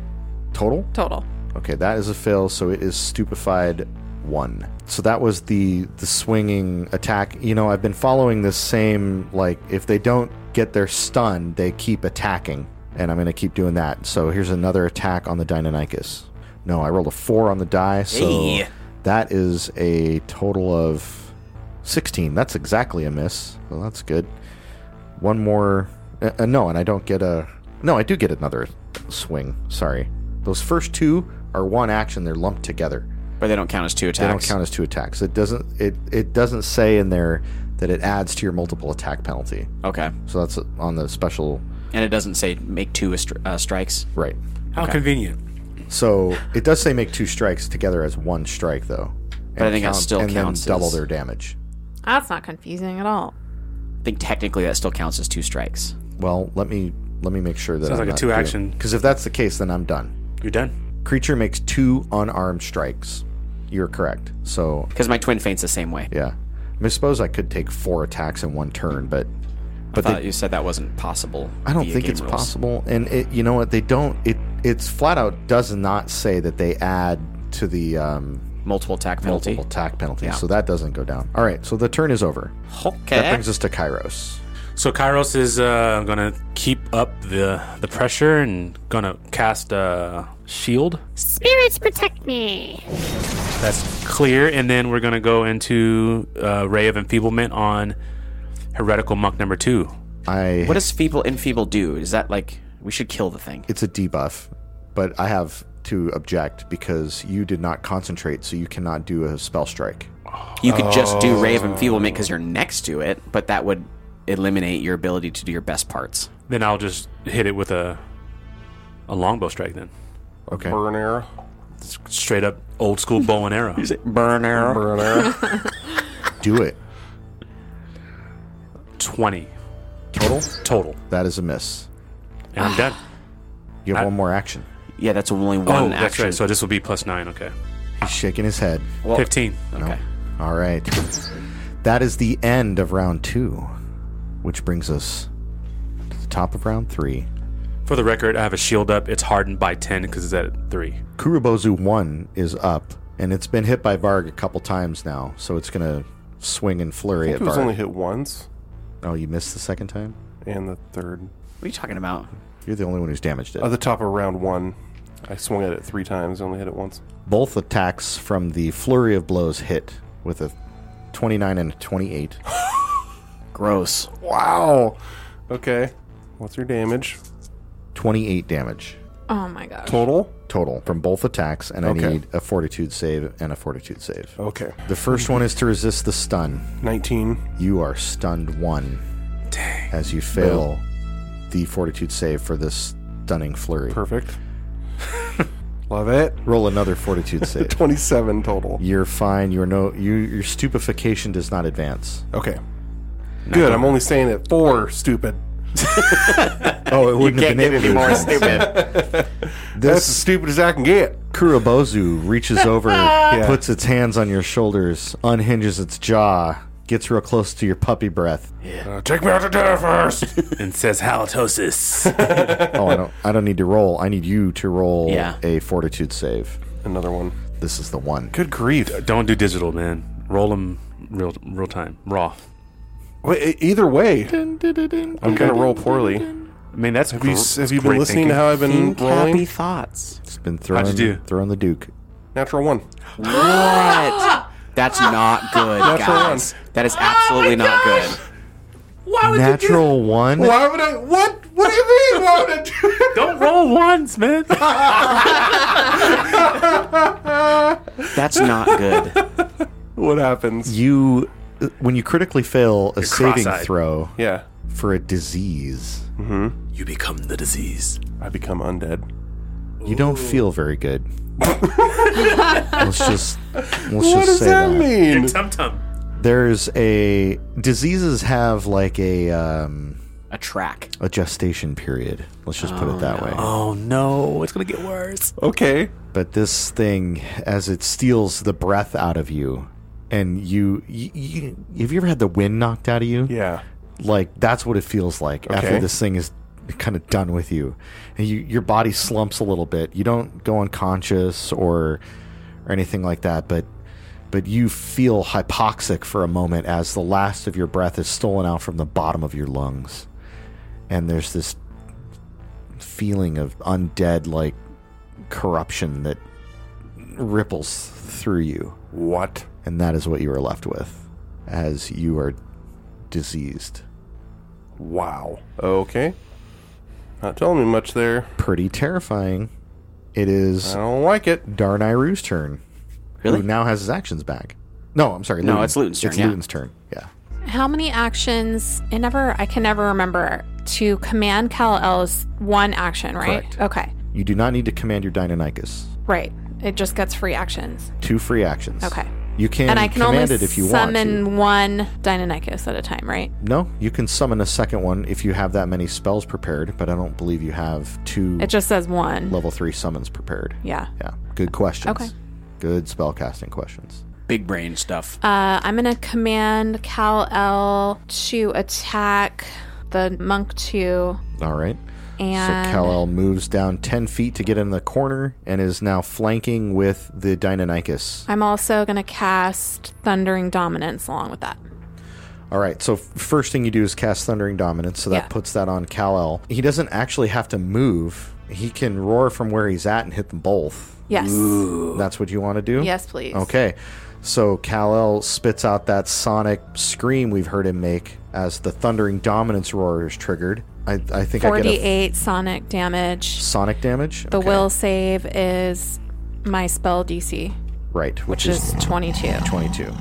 [SPEAKER 4] total.
[SPEAKER 5] total.
[SPEAKER 4] Okay, that is a fail, so it is stupefied one. So that was the the swinging attack. You know, I've been following this same like if they don't get their stun, they keep attacking, and I'm going to keep doing that. So here's another attack on the Deinonychus. No, I rolled a four on the die, so
[SPEAKER 7] Hey.
[SPEAKER 4] that is a total of sixteen. That's exactly a miss. Well, that's good. One more. Uh, uh, no, and I don't get a. No, I do get another swing. Sorry. Those first two are one action. They're lumped together.
[SPEAKER 7] But they don't count as two attacks.
[SPEAKER 4] They don't count as two attacks. It doesn't. It it doesn't say in there that it adds to your multiple attack penalty.
[SPEAKER 7] Okay.
[SPEAKER 4] So that's on the special
[SPEAKER 7] And it doesn't say make two estri- uh, strikes.
[SPEAKER 4] right.
[SPEAKER 8] How convenient.
[SPEAKER 4] So it does say make two strikes together as one strike though.
[SPEAKER 7] But I think that still
[SPEAKER 4] and then
[SPEAKER 7] counts
[SPEAKER 4] double
[SPEAKER 7] as-
[SPEAKER 4] their damage.
[SPEAKER 5] That's not confusing at all.
[SPEAKER 7] I think technically that still counts as two strikes.
[SPEAKER 4] Well, let me let me make sure that
[SPEAKER 8] Sounds like a two action.
[SPEAKER 4] Because if that's the case, then I'm done.
[SPEAKER 8] You're done.
[SPEAKER 4] Creature makes two unarmed strikes. You're correct. So
[SPEAKER 7] Because my twin faint's the same way.
[SPEAKER 4] Yeah. I, mean, I suppose I could take four attacks in one turn, but
[SPEAKER 7] But I thought you said that wasn't possible.
[SPEAKER 4] I don't
[SPEAKER 7] via
[SPEAKER 4] think
[SPEAKER 7] game
[SPEAKER 4] it's
[SPEAKER 7] rules.
[SPEAKER 4] possible. And it, you know what? They don't. It it's flat out does not say that they add to the um,
[SPEAKER 7] Multiple attack penalty.
[SPEAKER 4] multiple attack penalty, so that doesn't go down. All right, so the turn is over. That
[SPEAKER 7] Okay.
[SPEAKER 4] brings us to Kairos.
[SPEAKER 8] So Kairos is uh, gonna keep up the the pressure and gonna cast a shield
[SPEAKER 1] Spirits protect me.
[SPEAKER 8] that's clear, and then we're gonna go into uh, ray of enfeeblement on heretical monk number two.
[SPEAKER 4] I
[SPEAKER 7] What does feeble enfeeble do? Is that like we should kill the thing?
[SPEAKER 4] it's a debuff, but I have to object because you did not concentrate, so you cannot do a spell strike.
[SPEAKER 7] You could just do
[SPEAKER 4] Oh.
[SPEAKER 7] ray of enfeeblement because you're next to it, but that would eliminate your ability to do your best parts.
[SPEAKER 8] Then I'll just hit it with a a longbow strike. Then
[SPEAKER 4] Okay.
[SPEAKER 3] Burn arrow.
[SPEAKER 8] straight up old school bow and arrow.
[SPEAKER 7] Burn arrow.
[SPEAKER 3] Burn arrow.
[SPEAKER 4] Do it.
[SPEAKER 8] Twenty
[SPEAKER 4] Total?
[SPEAKER 8] total,
[SPEAKER 4] That is a miss.
[SPEAKER 8] and
[SPEAKER 7] Ah,
[SPEAKER 8] I'm done.
[SPEAKER 4] You have
[SPEAKER 8] I-
[SPEAKER 4] one more action.
[SPEAKER 7] Yeah, that's only one
[SPEAKER 8] Oh,
[SPEAKER 7] action.
[SPEAKER 8] that's right. So this will be plus nine. Okay,
[SPEAKER 4] He's shaking his head.
[SPEAKER 7] Well,
[SPEAKER 8] fifteen.
[SPEAKER 7] Okay.
[SPEAKER 4] All right. That is the end of round two, which brings us to the top of round three
[SPEAKER 8] For the record, I have a shield up. It's hardened by 10 because it's at 3.
[SPEAKER 4] Kurubozu 1 is up, and it's been hit by Varg a couple times now, so it's going to swing and flurry
[SPEAKER 3] I think it
[SPEAKER 4] at
[SPEAKER 3] was
[SPEAKER 4] Varg.
[SPEAKER 3] only hit once
[SPEAKER 4] Oh, you missed the second time?
[SPEAKER 3] and the third.
[SPEAKER 7] What are you talking about?
[SPEAKER 4] You're the only one who's damaged it.
[SPEAKER 3] At the top of round one, I swung at it three times. Only hit it once.
[SPEAKER 4] Both attacks from the flurry of blows hit with a 29 and a 28.
[SPEAKER 7] Gross.
[SPEAKER 3] Wow. Okay. What's your damage
[SPEAKER 4] 28 damage
[SPEAKER 5] Oh my gosh.
[SPEAKER 3] total?
[SPEAKER 4] total from both attacks, and I
[SPEAKER 3] Okay.
[SPEAKER 4] need a fortitude save and a fortitude save.
[SPEAKER 3] Okay.
[SPEAKER 4] The first one is to resist the stun.
[SPEAKER 3] Nineteen.
[SPEAKER 4] You are stunned one. As you fail the fortitude save for this stunning flurry.
[SPEAKER 3] Perfect. Love it.
[SPEAKER 4] Roll another fortitude save.
[SPEAKER 3] Twenty-seven total.
[SPEAKER 4] You're fine. You're no. You, your stupefaction does not advance.
[SPEAKER 3] Okay. Good. I'm only saying it for stupid.
[SPEAKER 4] Oh, it wouldn't
[SPEAKER 7] Can't get any more
[SPEAKER 4] advance.
[SPEAKER 7] stupid.
[SPEAKER 3] That's as
[SPEAKER 4] This
[SPEAKER 3] stupid as I can get.
[SPEAKER 4] Kurobozu reaches over, puts its hands on your shoulders, unhinges its jaw, gets real close to your puppy breath.
[SPEAKER 3] Take me out to dinner first.
[SPEAKER 8] and says halitosis.
[SPEAKER 4] Oh, I don't. I don't need to roll. I need you to roll
[SPEAKER 7] Yeah.
[SPEAKER 4] a fortitude save.
[SPEAKER 3] Another one.
[SPEAKER 4] This is the one.
[SPEAKER 3] Good grief.
[SPEAKER 8] Don't do digital, man. Roll them real, real time, raw.
[SPEAKER 3] Wait, e- either way, I'm gonna roll poorly.
[SPEAKER 8] I mean, that's
[SPEAKER 3] Have you, have you been listening to how I've been
[SPEAKER 7] Think
[SPEAKER 3] rolling?
[SPEAKER 7] happy thoughts.
[SPEAKER 4] It's been throwing.
[SPEAKER 8] How'd you do?
[SPEAKER 4] Throwing the Duke.
[SPEAKER 3] Natural one.
[SPEAKER 7] What? That's not good, guys. That is
[SPEAKER 5] Oh
[SPEAKER 7] absolutely not good.
[SPEAKER 4] Natural one.
[SPEAKER 3] Why would I? What? What do you mean? Why would I do it?
[SPEAKER 8] Don't roll ones, man.
[SPEAKER 7] That's not good.
[SPEAKER 3] What happens?
[SPEAKER 4] You, when you critically fail a saving
[SPEAKER 8] cross-eyed.
[SPEAKER 4] throw
[SPEAKER 3] Yeah,
[SPEAKER 4] for a disease,
[SPEAKER 8] you become the disease.
[SPEAKER 3] I become undead.
[SPEAKER 4] you don't feel very good. let's just let's
[SPEAKER 3] What
[SPEAKER 4] just
[SPEAKER 3] does
[SPEAKER 4] say
[SPEAKER 3] that, mean?
[SPEAKER 8] Tum tum.
[SPEAKER 4] There's a diseases have like a um,
[SPEAKER 7] A track.
[SPEAKER 4] a gestation period. Let's just put it that way.
[SPEAKER 8] Oh no, it's gonna get worse.
[SPEAKER 3] Okay.
[SPEAKER 4] But this thing, as it steals the breath out of you, and you, you, you have you ever had the wind knocked out of you?
[SPEAKER 3] Yeah.
[SPEAKER 4] like that's what it feels like after
[SPEAKER 3] Okay.
[SPEAKER 4] this thing is kind of done with you and you your body slumps a little bit you don't go unconscious or or anything like that but but you feel hypoxic for a moment as the last of your breath is stolen out from the bottom of your lungs and there's this feeling of undead like corruption that ripples through you
[SPEAKER 3] What?
[SPEAKER 4] and that is what you are left with as you are diseased
[SPEAKER 3] Wow. Okay. Not telling me much there.
[SPEAKER 4] pretty terrifying. It
[SPEAKER 3] I
[SPEAKER 4] is
[SPEAKER 3] don't like it.
[SPEAKER 4] Darnayru's turn.
[SPEAKER 7] Really?
[SPEAKER 4] Who now has his actions back. No, I'm sorry.
[SPEAKER 7] No, it's Luton's turn,
[SPEAKER 4] It's
[SPEAKER 7] yeah.
[SPEAKER 4] Luton's turn. Yeah.
[SPEAKER 5] How many actions? I never. I can never remember to command Cal L is one action, right?
[SPEAKER 4] Correct.
[SPEAKER 5] Okay.
[SPEAKER 4] You do not need to command your Deinonychus.
[SPEAKER 5] Right. It just gets free actions.
[SPEAKER 4] Two free actions.
[SPEAKER 5] Okay.
[SPEAKER 4] You can,
[SPEAKER 5] And I can
[SPEAKER 4] command
[SPEAKER 5] only
[SPEAKER 4] it if you
[SPEAKER 5] summon
[SPEAKER 4] want.
[SPEAKER 5] one Deinonychus at a time, right?
[SPEAKER 4] To. No, you can summon a second one if you have that many spells prepared, but I don't believe you have two
[SPEAKER 5] It just says one.
[SPEAKER 4] level three summons prepared.
[SPEAKER 5] Yeah.
[SPEAKER 4] Yeah. Good questions.
[SPEAKER 5] Okay.
[SPEAKER 4] Good spellcasting questions.
[SPEAKER 7] Big brain stuff.
[SPEAKER 5] Uh, I'm gonna command Cal L to attack the monk two
[SPEAKER 4] All right.
[SPEAKER 5] and
[SPEAKER 4] So Kal-El moves down 10 feet to get in the corner and is now flanking with the Deinonychus.
[SPEAKER 5] I'm also gonna cast Thundering Dominance along with that.
[SPEAKER 4] All right, so f- first thing you do is cast Thundering Dominance, so that
[SPEAKER 5] Yeah.
[SPEAKER 4] puts that on Kal-El. He doesn't actually have to move. He can roar from where he's at and hit them both.
[SPEAKER 5] Yes.
[SPEAKER 4] That's what you want to do?
[SPEAKER 5] Yes, please.
[SPEAKER 4] Okay. So Kal-El spits out that sonic scream we've heard him make as the Thundering Dominance roar is triggered. I, I think I get a f-
[SPEAKER 5] 48 sonic damage.
[SPEAKER 4] sonic damage.
[SPEAKER 5] The
[SPEAKER 4] Okay.
[SPEAKER 5] will save is my spell DC,
[SPEAKER 4] Right, which
[SPEAKER 5] which is 22.
[SPEAKER 4] 22.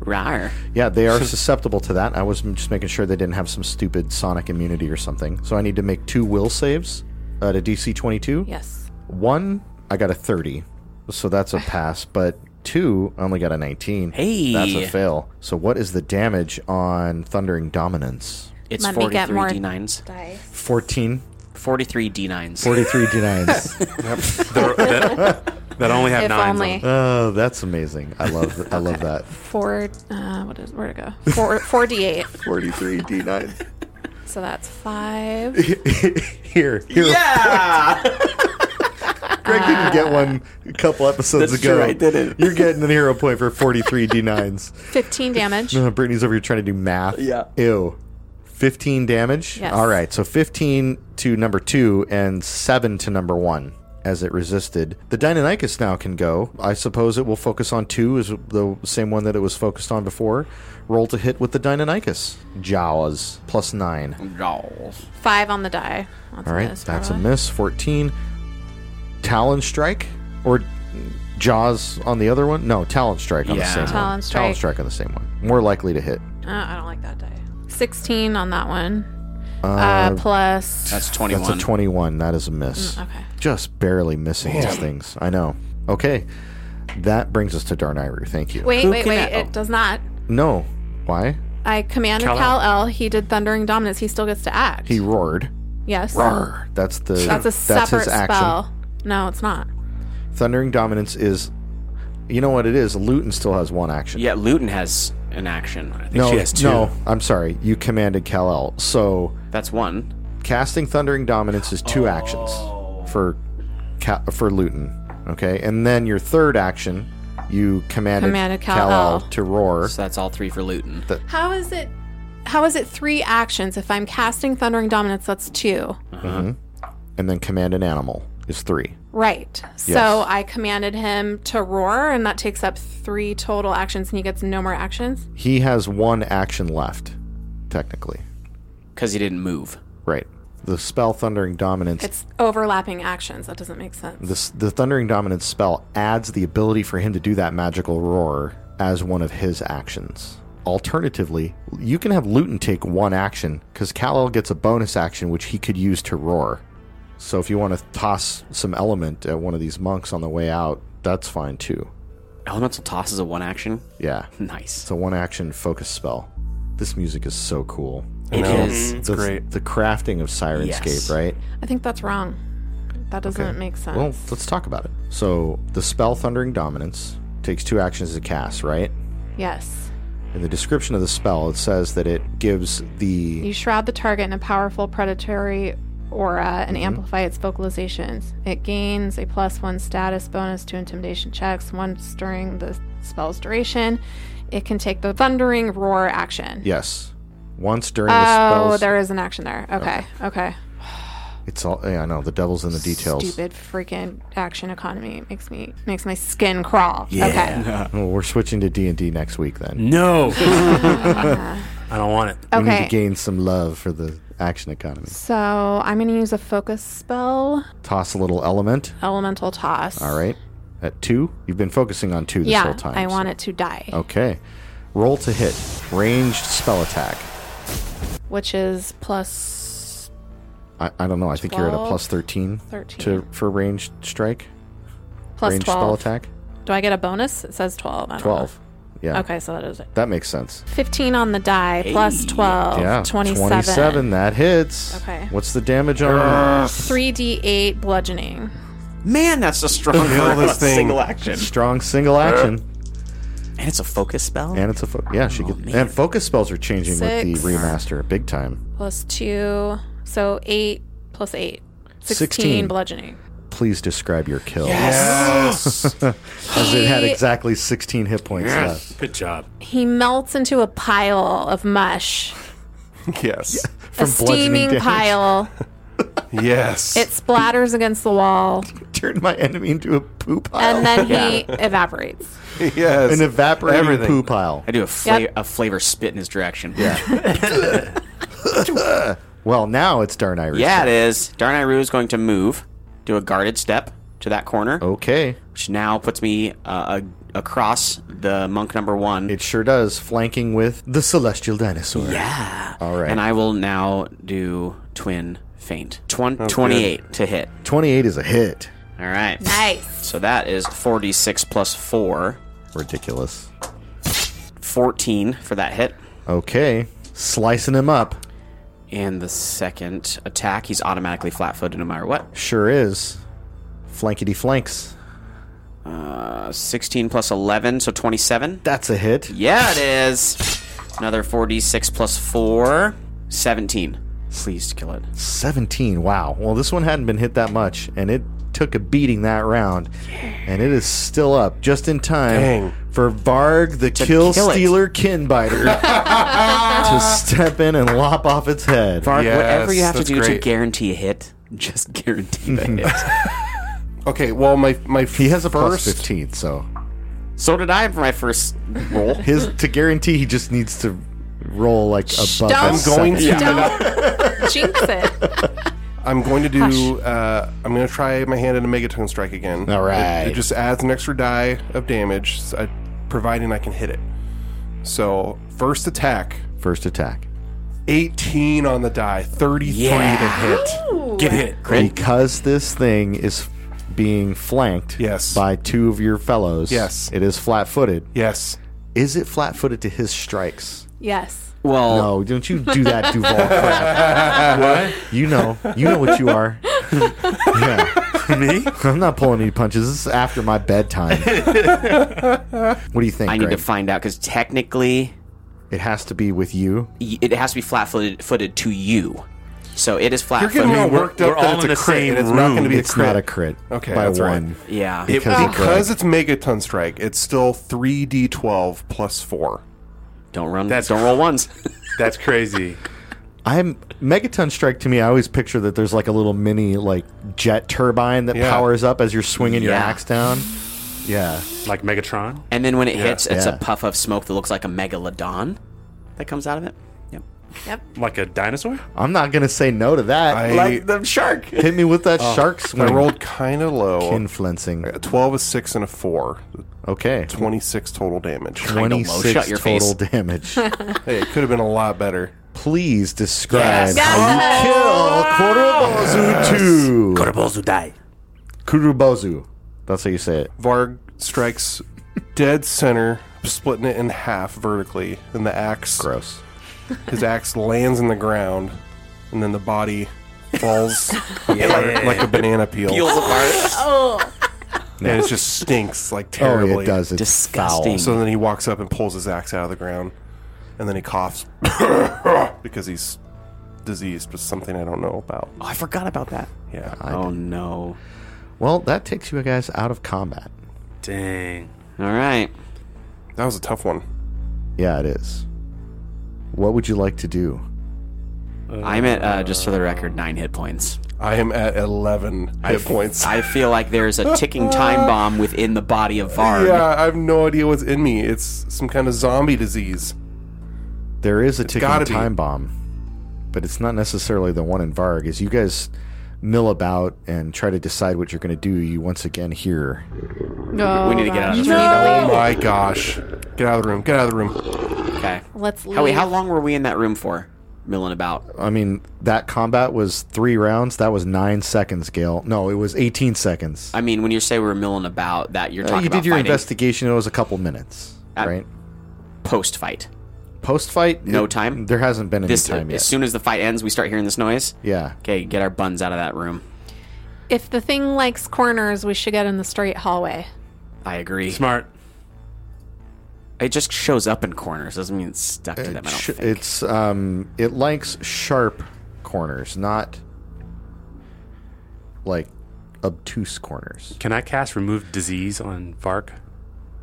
[SPEAKER 7] Rar.
[SPEAKER 4] Yeah, they are susceptible to that. I was m- just making sure they didn't have some stupid sonic immunity or something. So I need to make two will saves uh, at a DC 22.
[SPEAKER 5] Yes.
[SPEAKER 4] One, I got a 30. So that's a pass, but two, I only got a 19.
[SPEAKER 7] Hey.
[SPEAKER 4] That's a fail. So what is the damage on Thundering Dominance?
[SPEAKER 7] It's
[SPEAKER 5] Let me
[SPEAKER 7] 43
[SPEAKER 5] get more-
[SPEAKER 7] D9s.
[SPEAKER 4] 14,
[SPEAKER 7] 43 D9s.
[SPEAKER 4] 43 denies.
[SPEAKER 8] That only have
[SPEAKER 5] If
[SPEAKER 8] nines. on
[SPEAKER 5] only.
[SPEAKER 8] it.
[SPEAKER 4] oh, that's amazing. I love th- I love that.
[SPEAKER 5] Four, uh, what is, where'd it go? Four, 4d8.
[SPEAKER 4] 43 d9.
[SPEAKER 5] So that's five.
[SPEAKER 4] here, here.
[SPEAKER 7] Yeah!
[SPEAKER 4] Greg didn't get one a couple episodes
[SPEAKER 7] That's
[SPEAKER 4] ago.
[SPEAKER 7] true, I didn't.
[SPEAKER 4] You're getting an hero point for 43 D9s.
[SPEAKER 5] 15 damage.
[SPEAKER 4] Uh, Brittany's over here trying to do math.
[SPEAKER 7] Yeah.
[SPEAKER 4] Ew. 15 damage?
[SPEAKER 5] Yes.
[SPEAKER 4] All right. So 15 to number two and 7 to number one as it resisted. The Deinonychus now can go. I suppose it will focus on two, is the same one that it was focused on before. Roll to hit with the Deinonychus. Jaws. Plus 9.
[SPEAKER 5] Five on the die. That's
[SPEAKER 4] All right.
[SPEAKER 5] miss,
[SPEAKER 4] that's a
[SPEAKER 5] probably.
[SPEAKER 4] miss. 14. Talon Strike? Or. Jaws on the other one? No, Talon Strike on the
[SPEAKER 6] Yeah.
[SPEAKER 4] same one.
[SPEAKER 5] Talon
[SPEAKER 4] Talon
[SPEAKER 5] Strike.
[SPEAKER 4] Strike on the same one. More likely to hit.
[SPEAKER 5] Oh, I don't like that die. 16 on that one. Uh, plus.
[SPEAKER 6] That's 21.
[SPEAKER 4] That's a 21. That is a miss.
[SPEAKER 5] okay.
[SPEAKER 4] Just barely missing these things. I know. Okay. That brings us to Darnayru. Thank you.
[SPEAKER 5] Wait, wait,
[SPEAKER 7] can
[SPEAKER 5] wait.
[SPEAKER 7] I-
[SPEAKER 5] It does not.
[SPEAKER 4] No. Why?
[SPEAKER 5] I commanded
[SPEAKER 8] Kal-El.
[SPEAKER 5] Cal El. He did Thundering Dominance. He still gets to act.
[SPEAKER 4] He roared.
[SPEAKER 5] yes.
[SPEAKER 4] Roar. That's the
[SPEAKER 5] That's a
[SPEAKER 4] his
[SPEAKER 5] separate
[SPEAKER 4] action.
[SPEAKER 5] spell. No, it's not.
[SPEAKER 4] Thundering Dominance is you know what it is? Luton still has one action.
[SPEAKER 7] Yeah, Luton has an action.
[SPEAKER 8] I think
[SPEAKER 4] No,
[SPEAKER 8] she has two.
[SPEAKER 4] no, I'm sorry. You commanded Kal-El. So
[SPEAKER 7] That's one.
[SPEAKER 4] casting Thundering Dominance is two actions
[SPEAKER 8] Oh.
[SPEAKER 4] for Ka- for Luton. Okay, and then your third action, you commanded,
[SPEAKER 5] Commanded
[SPEAKER 4] Kal-El
[SPEAKER 5] Kal-El.
[SPEAKER 4] to roar.
[SPEAKER 7] So that's all three for Luton.
[SPEAKER 5] How is it? How is it three actions? If I'm casting Thundering Dominance, that's two.
[SPEAKER 4] and then command an animal is three.
[SPEAKER 5] Right. So I commanded him to roar, and that takes up three total actions, and he gets no more actions.
[SPEAKER 4] He has one action left, technically.
[SPEAKER 7] Because he didn't move.
[SPEAKER 4] Right. The spell Thundering Dominance.
[SPEAKER 5] It's overlapping actions. That doesn't make sense.
[SPEAKER 4] this, the Thundering Dominance spell adds the ability for him to do that magical roar as one of his actions. Alternatively, you can have Luton take one action because Kal-El gets a bonus action which he could use to roar. So if you want to toss some element at one of these monks on the way out, that's fine too.
[SPEAKER 7] Elemental toss is a one action.
[SPEAKER 4] Yeah.
[SPEAKER 7] Nice.
[SPEAKER 4] It's a one action focus spell. This music is so cool.
[SPEAKER 7] It is.
[SPEAKER 4] It's
[SPEAKER 8] great.
[SPEAKER 4] The crafting of Sirenscape,
[SPEAKER 7] Yes.
[SPEAKER 4] right?
[SPEAKER 5] I think that's wrong. That doesn't make sense.
[SPEAKER 4] Well, let's talk about it. So, the spell Thundering Dominance takes two actions to cast, right?
[SPEAKER 5] yes.
[SPEAKER 4] In the description of the spell, it says that it gives the.
[SPEAKER 5] You shroud the target in a powerful predatory aura
[SPEAKER 4] Mm-hmm.
[SPEAKER 5] and amplify its vocalizations. It gains a plus one status bonus to intimidation checks once during the spell's duration. It can take the thundering roar action.
[SPEAKER 4] Yes. Once during
[SPEAKER 5] Oh,
[SPEAKER 4] the spell.
[SPEAKER 5] there is an action there. Okay. Okay.
[SPEAKER 4] It's all. Yeah, I know. The devil's in the details.
[SPEAKER 5] Stupid freaking action economy makes me makes my skin crawl. Okay.
[SPEAKER 4] Uh, Well, we're switching to D&D next week then.
[SPEAKER 8] No. I don't want it.
[SPEAKER 4] We need to
[SPEAKER 5] Okay.
[SPEAKER 4] gain some love for the action economy.
[SPEAKER 5] So I'm gonna use a focus spell,
[SPEAKER 4] Toss a little element,
[SPEAKER 5] elemental toss.
[SPEAKER 4] all right? At two? You've been focusing on two this
[SPEAKER 5] Yeah,
[SPEAKER 4] whole time.
[SPEAKER 5] I
[SPEAKER 4] so- Oh.
[SPEAKER 5] want it to die,
[SPEAKER 4] Okay. Roll to hit. Ranged spell attack.
[SPEAKER 5] which is plus
[SPEAKER 4] I, I don't know. I think you're at a
[SPEAKER 5] Twelve.
[SPEAKER 4] plus 13, to
[SPEAKER 5] 13.
[SPEAKER 4] for ranged strike.
[SPEAKER 5] plus
[SPEAKER 4] ranged spell
[SPEAKER 5] twelve.
[SPEAKER 4] attack.
[SPEAKER 5] Do I get a bonus? It says twelve. I don't
[SPEAKER 4] 12.
[SPEAKER 5] know.
[SPEAKER 4] Yeah.
[SPEAKER 5] Okay, so that is it.
[SPEAKER 4] That makes sense.
[SPEAKER 5] Fifteen on the die plus twelve.
[SPEAKER 4] yeah.
[SPEAKER 5] 27.
[SPEAKER 4] 27. That hits.
[SPEAKER 5] Oh, Okay.
[SPEAKER 4] What's the damage on it?
[SPEAKER 5] Three d eight bludgeoning.
[SPEAKER 7] Man, that's a strong
[SPEAKER 3] Kill
[SPEAKER 7] card on a
[SPEAKER 3] this thing.
[SPEAKER 7] single action.
[SPEAKER 4] Strong single action.
[SPEAKER 7] And it's a focus spell?
[SPEAKER 4] And it's a fo- yeah, she gets and focus spells are changing with
[SPEAKER 5] Oh, Six.
[SPEAKER 4] the remaster big time.
[SPEAKER 5] plus two, so eight plus eight. 16,
[SPEAKER 4] 16.
[SPEAKER 5] bludgeoning.
[SPEAKER 4] Please describe your kill.
[SPEAKER 3] Yes.
[SPEAKER 4] As it had
[SPEAKER 5] He-
[SPEAKER 4] exactly 16 hit points left.
[SPEAKER 8] Good job.
[SPEAKER 5] He melts into a pile of mush,
[SPEAKER 3] yes.
[SPEAKER 5] a
[SPEAKER 4] From bludgeoning
[SPEAKER 5] steaming
[SPEAKER 4] damage.
[SPEAKER 5] pile.
[SPEAKER 3] Yes.
[SPEAKER 5] It splatters against the wall,
[SPEAKER 4] Turned my enemy into a poop pile.
[SPEAKER 5] and then he evaporates.
[SPEAKER 3] yes.
[SPEAKER 4] An evaporating
[SPEAKER 3] Everything.
[SPEAKER 4] poo pile.
[SPEAKER 7] I do a, fla-
[SPEAKER 5] Yep.
[SPEAKER 7] a flavor spit in his direction. Yeah.
[SPEAKER 4] Well, now it's darn Irish.
[SPEAKER 7] Yeah, it is. Darnayru is going to move, do a guarded step to that corner,
[SPEAKER 4] Okay.
[SPEAKER 7] which now puts me uh, a- across the monk number one.
[SPEAKER 4] It sure does. Flanking with the celestial dinosaur.
[SPEAKER 7] yeah.
[SPEAKER 4] All right.
[SPEAKER 7] And I will now do twin feint. Twen- 28 to hit.
[SPEAKER 4] 28 is a hit.
[SPEAKER 7] All right.
[SPEAKER 5] Nice.
[SPEAKER 7] So that is 46 plus 4.
[SPEAKER 4] Ridiculous.
[SPEAKER 7] 14 for that hit.
[SPEAKER 4] Okay. Slicing him up.
[SPEAKER 7] And the second attack, he's automatically flat footed no matter what.
[SPEAKER 4] Sure is. Flankety flanks.
[SPEAKER 7] Uh, 16 plus 11, so 27.
[SPEAKER 4] That's a hit.
[SPEAKER 7] Yeah, it is. Another 46 plus 4, 17. Please kill it.
[SPEAKER 4] 17. Wow. Well, this one hadn't been hit that much, and it took a beating that round. And it is still up just in time
[SPEAKER 3] Dang.
[SPEAKER 4] for Varg the Kill,
[SPEAKER 7] kill it.
[SPEAKER 4] Stealer Kinbiter to step in and lop off its head.
[SPEAKER 7] Varg,
[SPEAKER 3] Yes,
[SPEAKER 7] whatever you have to
[SPEAKER 3] that's
[SPEAKER 7] do to
[SPEAKER 3] great.
[SPEAKER 7] guarantee a hit, just guarantee the hit.
[SPEAKER 3] Okay, well, my my
[SPEAKER 4] He has a plus
[SPEAKER 3] first
[SPEAKER 4] 15, so
[SPEAKER 7] so did I for my first roll.
[SPEAKER 4] his to guarantee he just needs to roll like above. a
[SPEAKER 5] don't-
[SPEAKER 3] I'm going to
[SPEAKER 4] seven.
[SPEAKER 5] Don't jinx it.
[SPEAKER 3] I'm going to do uh, I'm going to try my hand at a megaton strike again.
[SPEAKER 4] All right.
[SPEAKER 3] It, it just adds an extra die of damage, so I, providing I can hit it. So first attack,
[SPEAKER 4] First attack.
[SPEAKER 3] 18 on the die, 33 to hit.
[SPEAKER 8] Get hit.
[SPEAKER 4] Because this thing is being flanked
[SPEAKER 3] Yes.
[SPEAKER 4] by two of your fellows.
[SPEAKER 3] Yes.
[SPEAKER 4] It is flat footed.
[SPEAKER 3] Yes.
[SPEAKER 4] Is it flat footed to his strikes?
[SPEAKER 5] Yes.
[SPEAKER 7] Well,
[SPEAKER 4] No, don't you do that, Duval crap. what? You know. You know what you are. yeah. Me? I'm not pulling any punches. This is after my bedtime. what do you think?
[SPEAKER 7] I need
[SPEAKER 4] Greg?
[SPEAKER 7] to find out because technically
[SPEAKER 4] it has to be with you.
[SPEAKER 7] y- it has to be flat footed footed to you. So it is flat
[SPEAKER 3] You're getting all
[SPEAKER 7] footed.
[SPEAKER 3] worked
[SPEAKER 8] we're
[SPEAKER 3] up that
[SPEAKER 8] all
[SPEAKER 3] it's
[SPEAKER 8] in
[SPEAKER 3] a
[SPEAKER 8] the
[SPEAKER 3] crit,
[SPEAKER 8] same
[SPEAKER 3] and it's not going to
[SPEAKER 8] room.
[SPEAKER 3] be
[SPEAKER 4] it's
[SPEAKER 3] a crit.
[SPEAKER 4] not a crit.
[SPEAKER 3] Okay,
[SPEAKER 4] by
[SPEAKER 3] that's right.
[SPEAKER 4] one.
[SPEAKER 7] Yeah.
[SPEAKER 4] Because, of
[SPEAKER 3] Because it's megaton strike, it's still 3d12 plus 4.
[SPEAKER 7] don't run.
[SPEAKER 8] That's-
[SPEAKER 7] don't roll ones.
[SPEAKER 8] That's crazy.
[SPEAKER 4] I'm Megaton Strike to me. I always picture that there's like a little mini like jet turbine that
[SPEAKER 3] Yeah.
[SPEAKER 4] powers up as you're swinging your
[SPEAKER 7] Yeah.
[SPEAKER 4] axe down. Yeah,
[SPEAKER 8] Like Megatron.
[SPEAKER 7] and then when it hits, it's
[SPEAKER 4] Yeah.
[SPEAKER 7] a puff of smoke that looks like a megalodon that comes out of it. Yep.
[SPEAKER 8] Like a dinosaur?
[SPEAKER 4] I'm not gonna say no to that.
[SPEAKER 3] I, Oh,
[SPEAKER 7] the shark.
[SPEAKER 4] Hit me with that shark swing.
[SPEAKER 3] I rolled kind of low.
[SPEAKER 4] influencing.
[SPEAKER 3] A 12, a 6, and a 4.
[SPEAKER 4] Okay,
[SPEAKER 3] 26 total damage.
[SPEAKER 4] twenty
[SPEAKER 7] low. Shut
[SPEAKER 4] six
[SPEAKER 7] your
[SPEAKER 4] total damage.
[SPEAKER 3] Hey, it could have been a lot better.
[SPEAKER 4] Please describe
[SPEAKER 7] Yes.
[SPEAKER 4] how you kill Kurubozu two.
[SPEAKER 9] Corpos die.
[SPEAKER 4] Kurubozu. That's how you say it.
[SPEAKER 3] Varg strikes dead center, splitting it in half vertically. Then the axe,
[SPEAKER 4] Gross.
[SPEAKER 3] his axe lands in the ground, and then the body falls apart like a banana peel, and it just stinks like terribly.
[SPEAKER 4] Oh, it does. It's
[SPEAKER 7] Disgusting.
[SPEAKER 3] So then he walks up and pulls his axe out of the ground, and then he coughs because he's diseased with something I don't know about.
[SPEAKER 7] oh, I forgot about that.
[SPEAKER 3] Yeah,
[SPEAKER 7] Oh no.
[SPEAKER 4] Well, that takes you guys out of combat.
[SPEAKER 8] Dang.
[SPEAKER 7] All right.
[SPEAKER 3] that was a tough one.
[SPEAKER 4] Yeah, it is. What would you like to do?
[SPEAKER 7] I'm at uh, just for the record nine hit points.
[SPEAKER 3] I am at eleven hit points.
[SPEAKER 7] I feel like there's a ticking time bomb within the body of Varg.
[SPEAKER 3] yeah, I have no idea what's in me. It's some kind of zombie disease.
[SPEAKER 4] There is a ticking
[SPEAKER 3] gotta be.
[SPEAKER 4] time bomb, but it's not necessarily the one in Varg. As you guys mill about and try to decide what you're going to do, you once again hear
[SPEAKER 5] No.
[SPEAKER 7] We need to get out of this
[SPEAKER 5] no.
[SPEAKER 3] Oh my gosh. Get out of the room. Get out of the room.
[SPEAKER 7] Okay.
[SPEAKER 5] Let's leave.
[SPEAKER 7] How, wait, how long were we in that room for? Milling about.
[SPEAKER 4] I mean, that combat was three rounds. That was nine seconds, Gail. No, it was 18 seconds.
[SPEAKER 7] I mean, when you say we were milling about, that you're
[SPEAKER 4] Uh,
[SPEAKER 7] talking
[SPEAKER 4] you
[SPEAKER 7] about
[SPEAKER 4] did your
[SPEAKER 7] fighting
[SPEAKER 4] investigation. It was a couple minutes,
[SPEAKER 7] Uh,
[SPEAKER 4] right?
[SPEAKER 7] post fight.
[SPEAKER 4] Post fight?
[SPEAKER 7] no time?
[SPEAKER 4] There hasn't been any
[SPEAKER 7] This
[SPEAKER 4] time yet.
[SPEAKER 7] as soon as the fight ends, we start hearing this noise.
[SPEAKER 4] yeah.
[SPEAKER 7] Okay, get our buns out of that room.
[SPEAKER 5] If the thing likes corners, we should get in the straight hallway.
[SPEAKER 7] I agree.
[SPEAKER 8] Smart.
[SPEAKER 7] It just shows up in corners. Doesn't mean it's stuck to them. I don't
[SPEAKER 4] Sh-
[SPEAKER 7] think.
[SPEAKER 4] It's um, it likes sharp corners, not like obtuse corners.
[SPEAKER 8] Can I cast remove disease on Vark?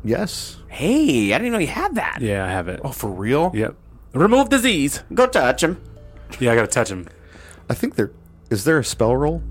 [SPEAKER 4] Yes,
[SPEAKER 7] Hey, I didn't know you had that.
[SPEAKER 8] Yeah, I have it.
[SPEAKER 3] Oh, for real?
[SPEAKER 8] Yep. Remove disease.
[SPEAKER 7] Go touch him.
[SPEAKER 8] Yeah, I gotta touch him.
[SPEAKER 4] I think there is there a spell roll.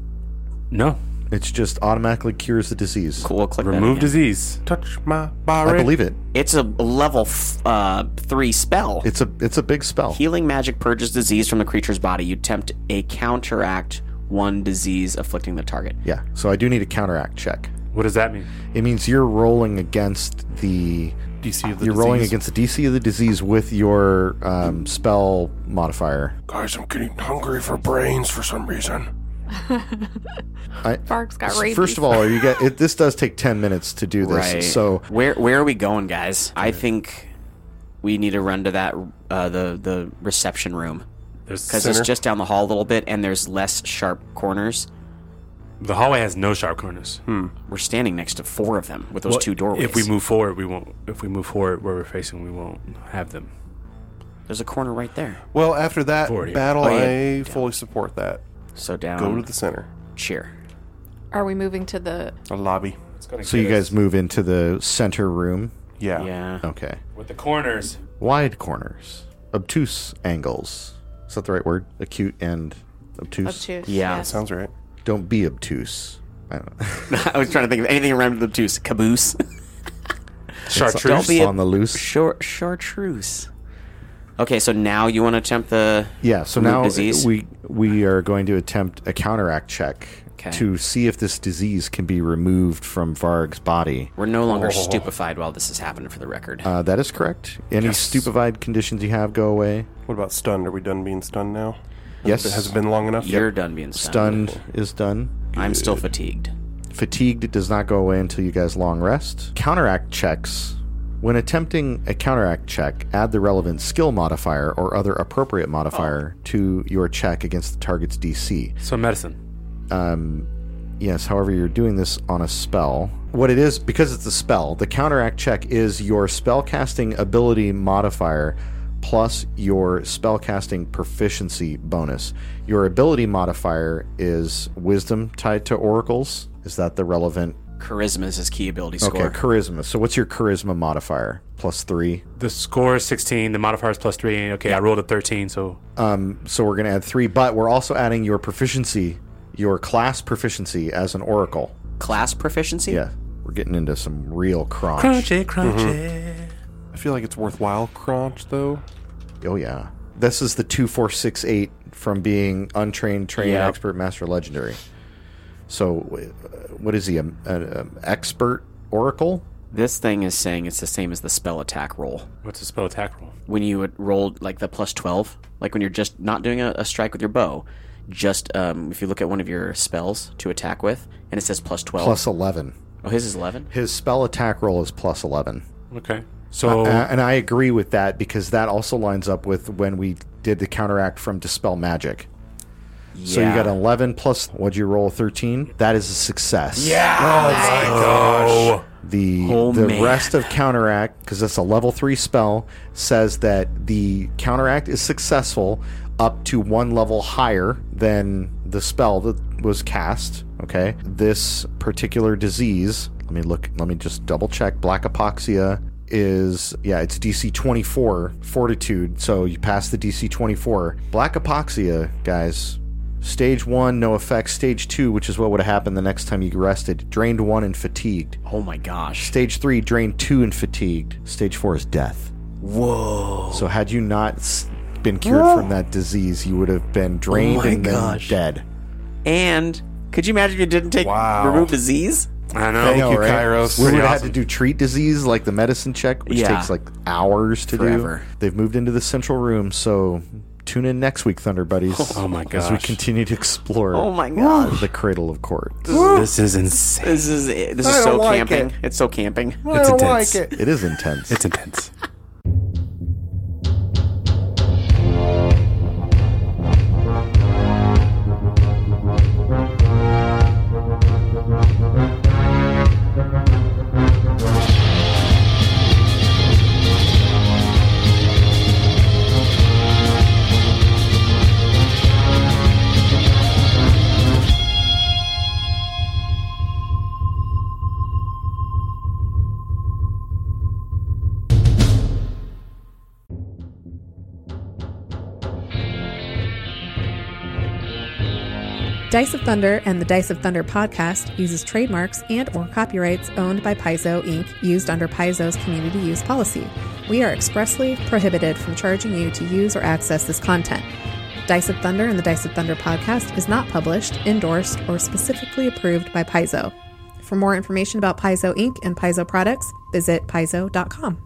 [SPEAKER 8] No.
[SPEAKER 4] It's just automatically cures the disease.
[SPEAKER 7] Cool. We'll click that
[SPEAKER 8] Remove
[SPEAKER 7] again.
[SPEAKER 8] disease.
[SPEAKER 3] Touch my body.
[SPEAKER 4] I believe it.
[SPEAKER 7] It's a level f- uh, three spell.
[SPEAKER 4] It's a it's a big spell.
[SPEAKER 7] Healing magic purges disease from the creature's body. You attempt a counteract one disease afflicting the target.
[SPEAKER 4] yeah. So I do need a counteract check.
[SPEAKER 8] What does that mean?
[SPEAKER 4] It means you're rolling against the
[SPEAKER 3] DC of the
[SPEAKER 4] you're rolling
[SPEAKER 3] disease.
[SPEAKER 4] against the DC of the disease with your um, spell modifier.
[SPEAKER 3] Guys, I'm getting hungry for brains for some reason.
[SPEAKER 4] I,
[SPEAKER 5] Varg's got rabies.
[SPEAKER 4] first of all, are you get it, this does take ten minutes to do this.
[SPEAKER 7] Right.
[SPEAKER 4] So
[SPEAKER 7] where where are we going, guys? I think we need to run to that uh, the the reception room
[SPEAKER 8] There's,
[SPEAKER 7] because it's just down the hall a little bit, and there's less sharp corners.
[SPEAKER 8] the hallway has no sharp corners.
[SPEAKER 7] We're standing next to four of them with those
[SPEAKER 8] Well,
[SPEAKER 7] two doorways.
[SPEAKER 8] If we move forward, we won't. If we move forward where we're facing, we won't have them.
[SPEAKER 7] There's a corner right there.
[SPEAKER 3] Well, after that
[SPEAKER 8] Forty.
[SPEAKER 3] battle,
[SPEAKER 7] Oh, yeah.
[SPEAKER 3] I fully support that.
[SPEAKER 7] So down.
[SPEAKER 3] Go to the center.
[SPEAKER 7] cheer.
[SPEAKER 5] Are we moving to the?
[SPEAKER 3] A lobby.
[SPEAKER 4] So you guys move into the center room.
[SPEAKER 3] Yeah.
[SPEAKER 7] Yeah.
[SPEAKER 4] Okay.
[SPEAKER 8] with the corners.
[SPEAKER 4] Wide corners, obtuse angles. Is that the right word? Acute and obtuse.
[SPEAKER 5] Obtuse.
[SPEAKER 7] Yeah,
[SPEAKER 5] Yes.
[SPEAKER 3] Sounds right.
[SPEAKER 4] Don't be obtuse. I don't know.
[SPEAKER 7] I was trying to think of anything around the obtuse. Caboose.
[SPEAKER 8] Chartreuse.
[SPEAKER 7] be a-
[SPEAKER 4] on the loose.
[SPEAKER 7] Short, chartreuse. Okay, so now you want to attempt the.
[SPEAKER 4] Yeah. So
[SPEAKER 7] root
[SPEAKER 4] now
[SPEAKER 7] disease?
[SPEAKER 4] we we are going to attempt a counteract check
[SPEAKER 7] Okay.
[SPEAKER 4] to see if this disease can be removed from Varg's body.
[SPEAKER 7] We're no longer stupefied while this is happening, for the record.
[SPEAKER 4] Oh. Uh, that is correct. Any stupefied conditions you have go away.
[SPEAKER 3] What about stunned? Are we done being stunned now?
[SPEAKER 4] Yes.
[SPEAKER 3] It has it been long enough?
[SPEAKER 7] You're done being stunned.
[SPEAKER 4] stunned is done.
[SPEAKER 7] I'm still fatigued.
[SPEAKER 4] Fatigued does not go away until you guys long rest. Counteract checks. When attempting a counteract check, add the relevant skill modifier or other appropriate
[SPEAKER 3] Oh.
[SPEAKER 4] modifier to your check against the target's DC.
[SPEAKER 8] So medicine.
[SPEAKER 4] Yes, however, you're doing this on a spell. What it is, because it's a spell, the counteract check is your spellcasting ability modifier plus your spellcasting proficiency bonus. Your ability modifier is wisdom tied to oracles. Is that the relevant?
[SPEAKER 7] Charisma is his key ability score.
[SPEAKER 4] Okay, charisma. So what's your charisma modifier? Plus three.
[SPEAKER 8] The score is 16. The modifier is plus three. Okay, I rolled a 13, so
[SPEAKER 4] So we're going to add three, but we're also adding your proficiency, your class proficiency as an oracle.
[SPEAKER 7] Class proficiency?
[SPEAKER 4] Yeah, we're getting into some real crunch.
[SPEAKER 8] crunchy, crunchy.
[SPEAKER 3] I feel like it's worthwhile, Crunch, though.
[SPEAKER 4] Oh yeah. This is the two four six eight from being untrained, trained,
[SPEAKER 7] Yeah.
[SPEAKER 4] expert, master, legendary. So, uh, what is he? An expert oracle?
[SPEAKER 7] This thing is saying it's the same as the spell attack roll.
[SPEAKER 8] What's the spell attack roll?
[SPEAKER 7] When you would roll like the plus 12, like when you're just not doing a, a strike with your bow, just um, if you look at one of your spells to attack with, and it says plus 12.
[SPEAKER 4] Plus eleven.
[SPEAKER 7] oh, his is 11?
[SPEAKER 4] His spell attack roll is plus eleven.
[SPEAKER 8] Okay. So
[SPEAKER 4] Uh, and I agree with that because that also lines up with when we did the counteract from dispel magic. So you
[SPEAKER 7] Yeah.
[SPEAKER 4] got an eleven plus. What'd you roll? Thirteen. That is a success. Yeah. the
[SPEAKER 7] Oh,
[SPEAKER 4] the
[SPEAKER 7] man.
[SPEAKER 4] rest of counteract because that's a level three spell says that the counteract is successful up to one level higher than the spell that was cast okay this particular disease let me look let me just double check black apoxia is yeah it's dc 24 fortitude so you pass the dc 24 black apoxia guys Stage one, no effects. Stage two, which is what would have happened the next time you rested, drained one and fatigued.
[SPEAKER 7] Oh my gosh.
[SPEAKER 4] Stage three, drained two and fatigued. Stage four is death.
[SPEAKER 7] Whoa.
[SPEAKER 4] So had you not s- been cured from that disease, you would have been drained
[SPEAKER 7] Oh my
[SPEAKER 4] and then
[SPEAKER 7] gosh.
[SPEAKER 4] dead.
[SPEAKER 7] And could you imagine if you didn't take
[SPEAKER 3] Wow.
[SPEAKER 7] remove disease?
[SPEAKER 8] I know.
[SPEAKER 4] I know,
[SPEAKER 3] you,
[SPEAKER 4] right?
[SPEAKER 3] Kairos.
[SPEAKER 4] We would have
[SPEAKER 3] Pretty
[SPEAKER 4] had to do treat disease, like the medicine check, which
[SPEAKER 7] Yeah.
[SPEAKER 4] takes like hours to
[SPEAKER 7] Forever.
[SPEAKER 4] do. They've moved into the central room, so tune in next week, Thunder Buddies.
[SPEAKER 8] Oh my
[SPEAKER 4] As we
[SPEAKER 8] gosh.
[SPEAKER 4] continue to explore
[SPEAKER 7] Oh my gosh.
[SPEAKER 4] the cradle of court.
[SPEAKER 8] This is insane.
[SPEAKER 7] This is this is
[SPEAKER 4] I
[SPEAKER 7] so
[SPEAKER 4] don't like
[SPEAKER 7] camping.
[SPEAKER 4] it.
[SPEAKER 7] It's so camping.
[SPEAKER 8] It's intense.
[SPEAKER 4] It is intense.
[SPEAKER 8] It's intense.
[SPEAKER 10] Dice of Thunder and the Dice of Thunder podcast uses trademarks and or copyrights owned by Paizo Inc. used under Paizo's community use policy. We are expressly prohibited from charging you to use or access this content. Dice of Thunder and the Dice of Thunder podcast is not published, endorsed, or specifically approved by Paizo. For more information about Paizo Inc. and Paizo products, visit paizo.com.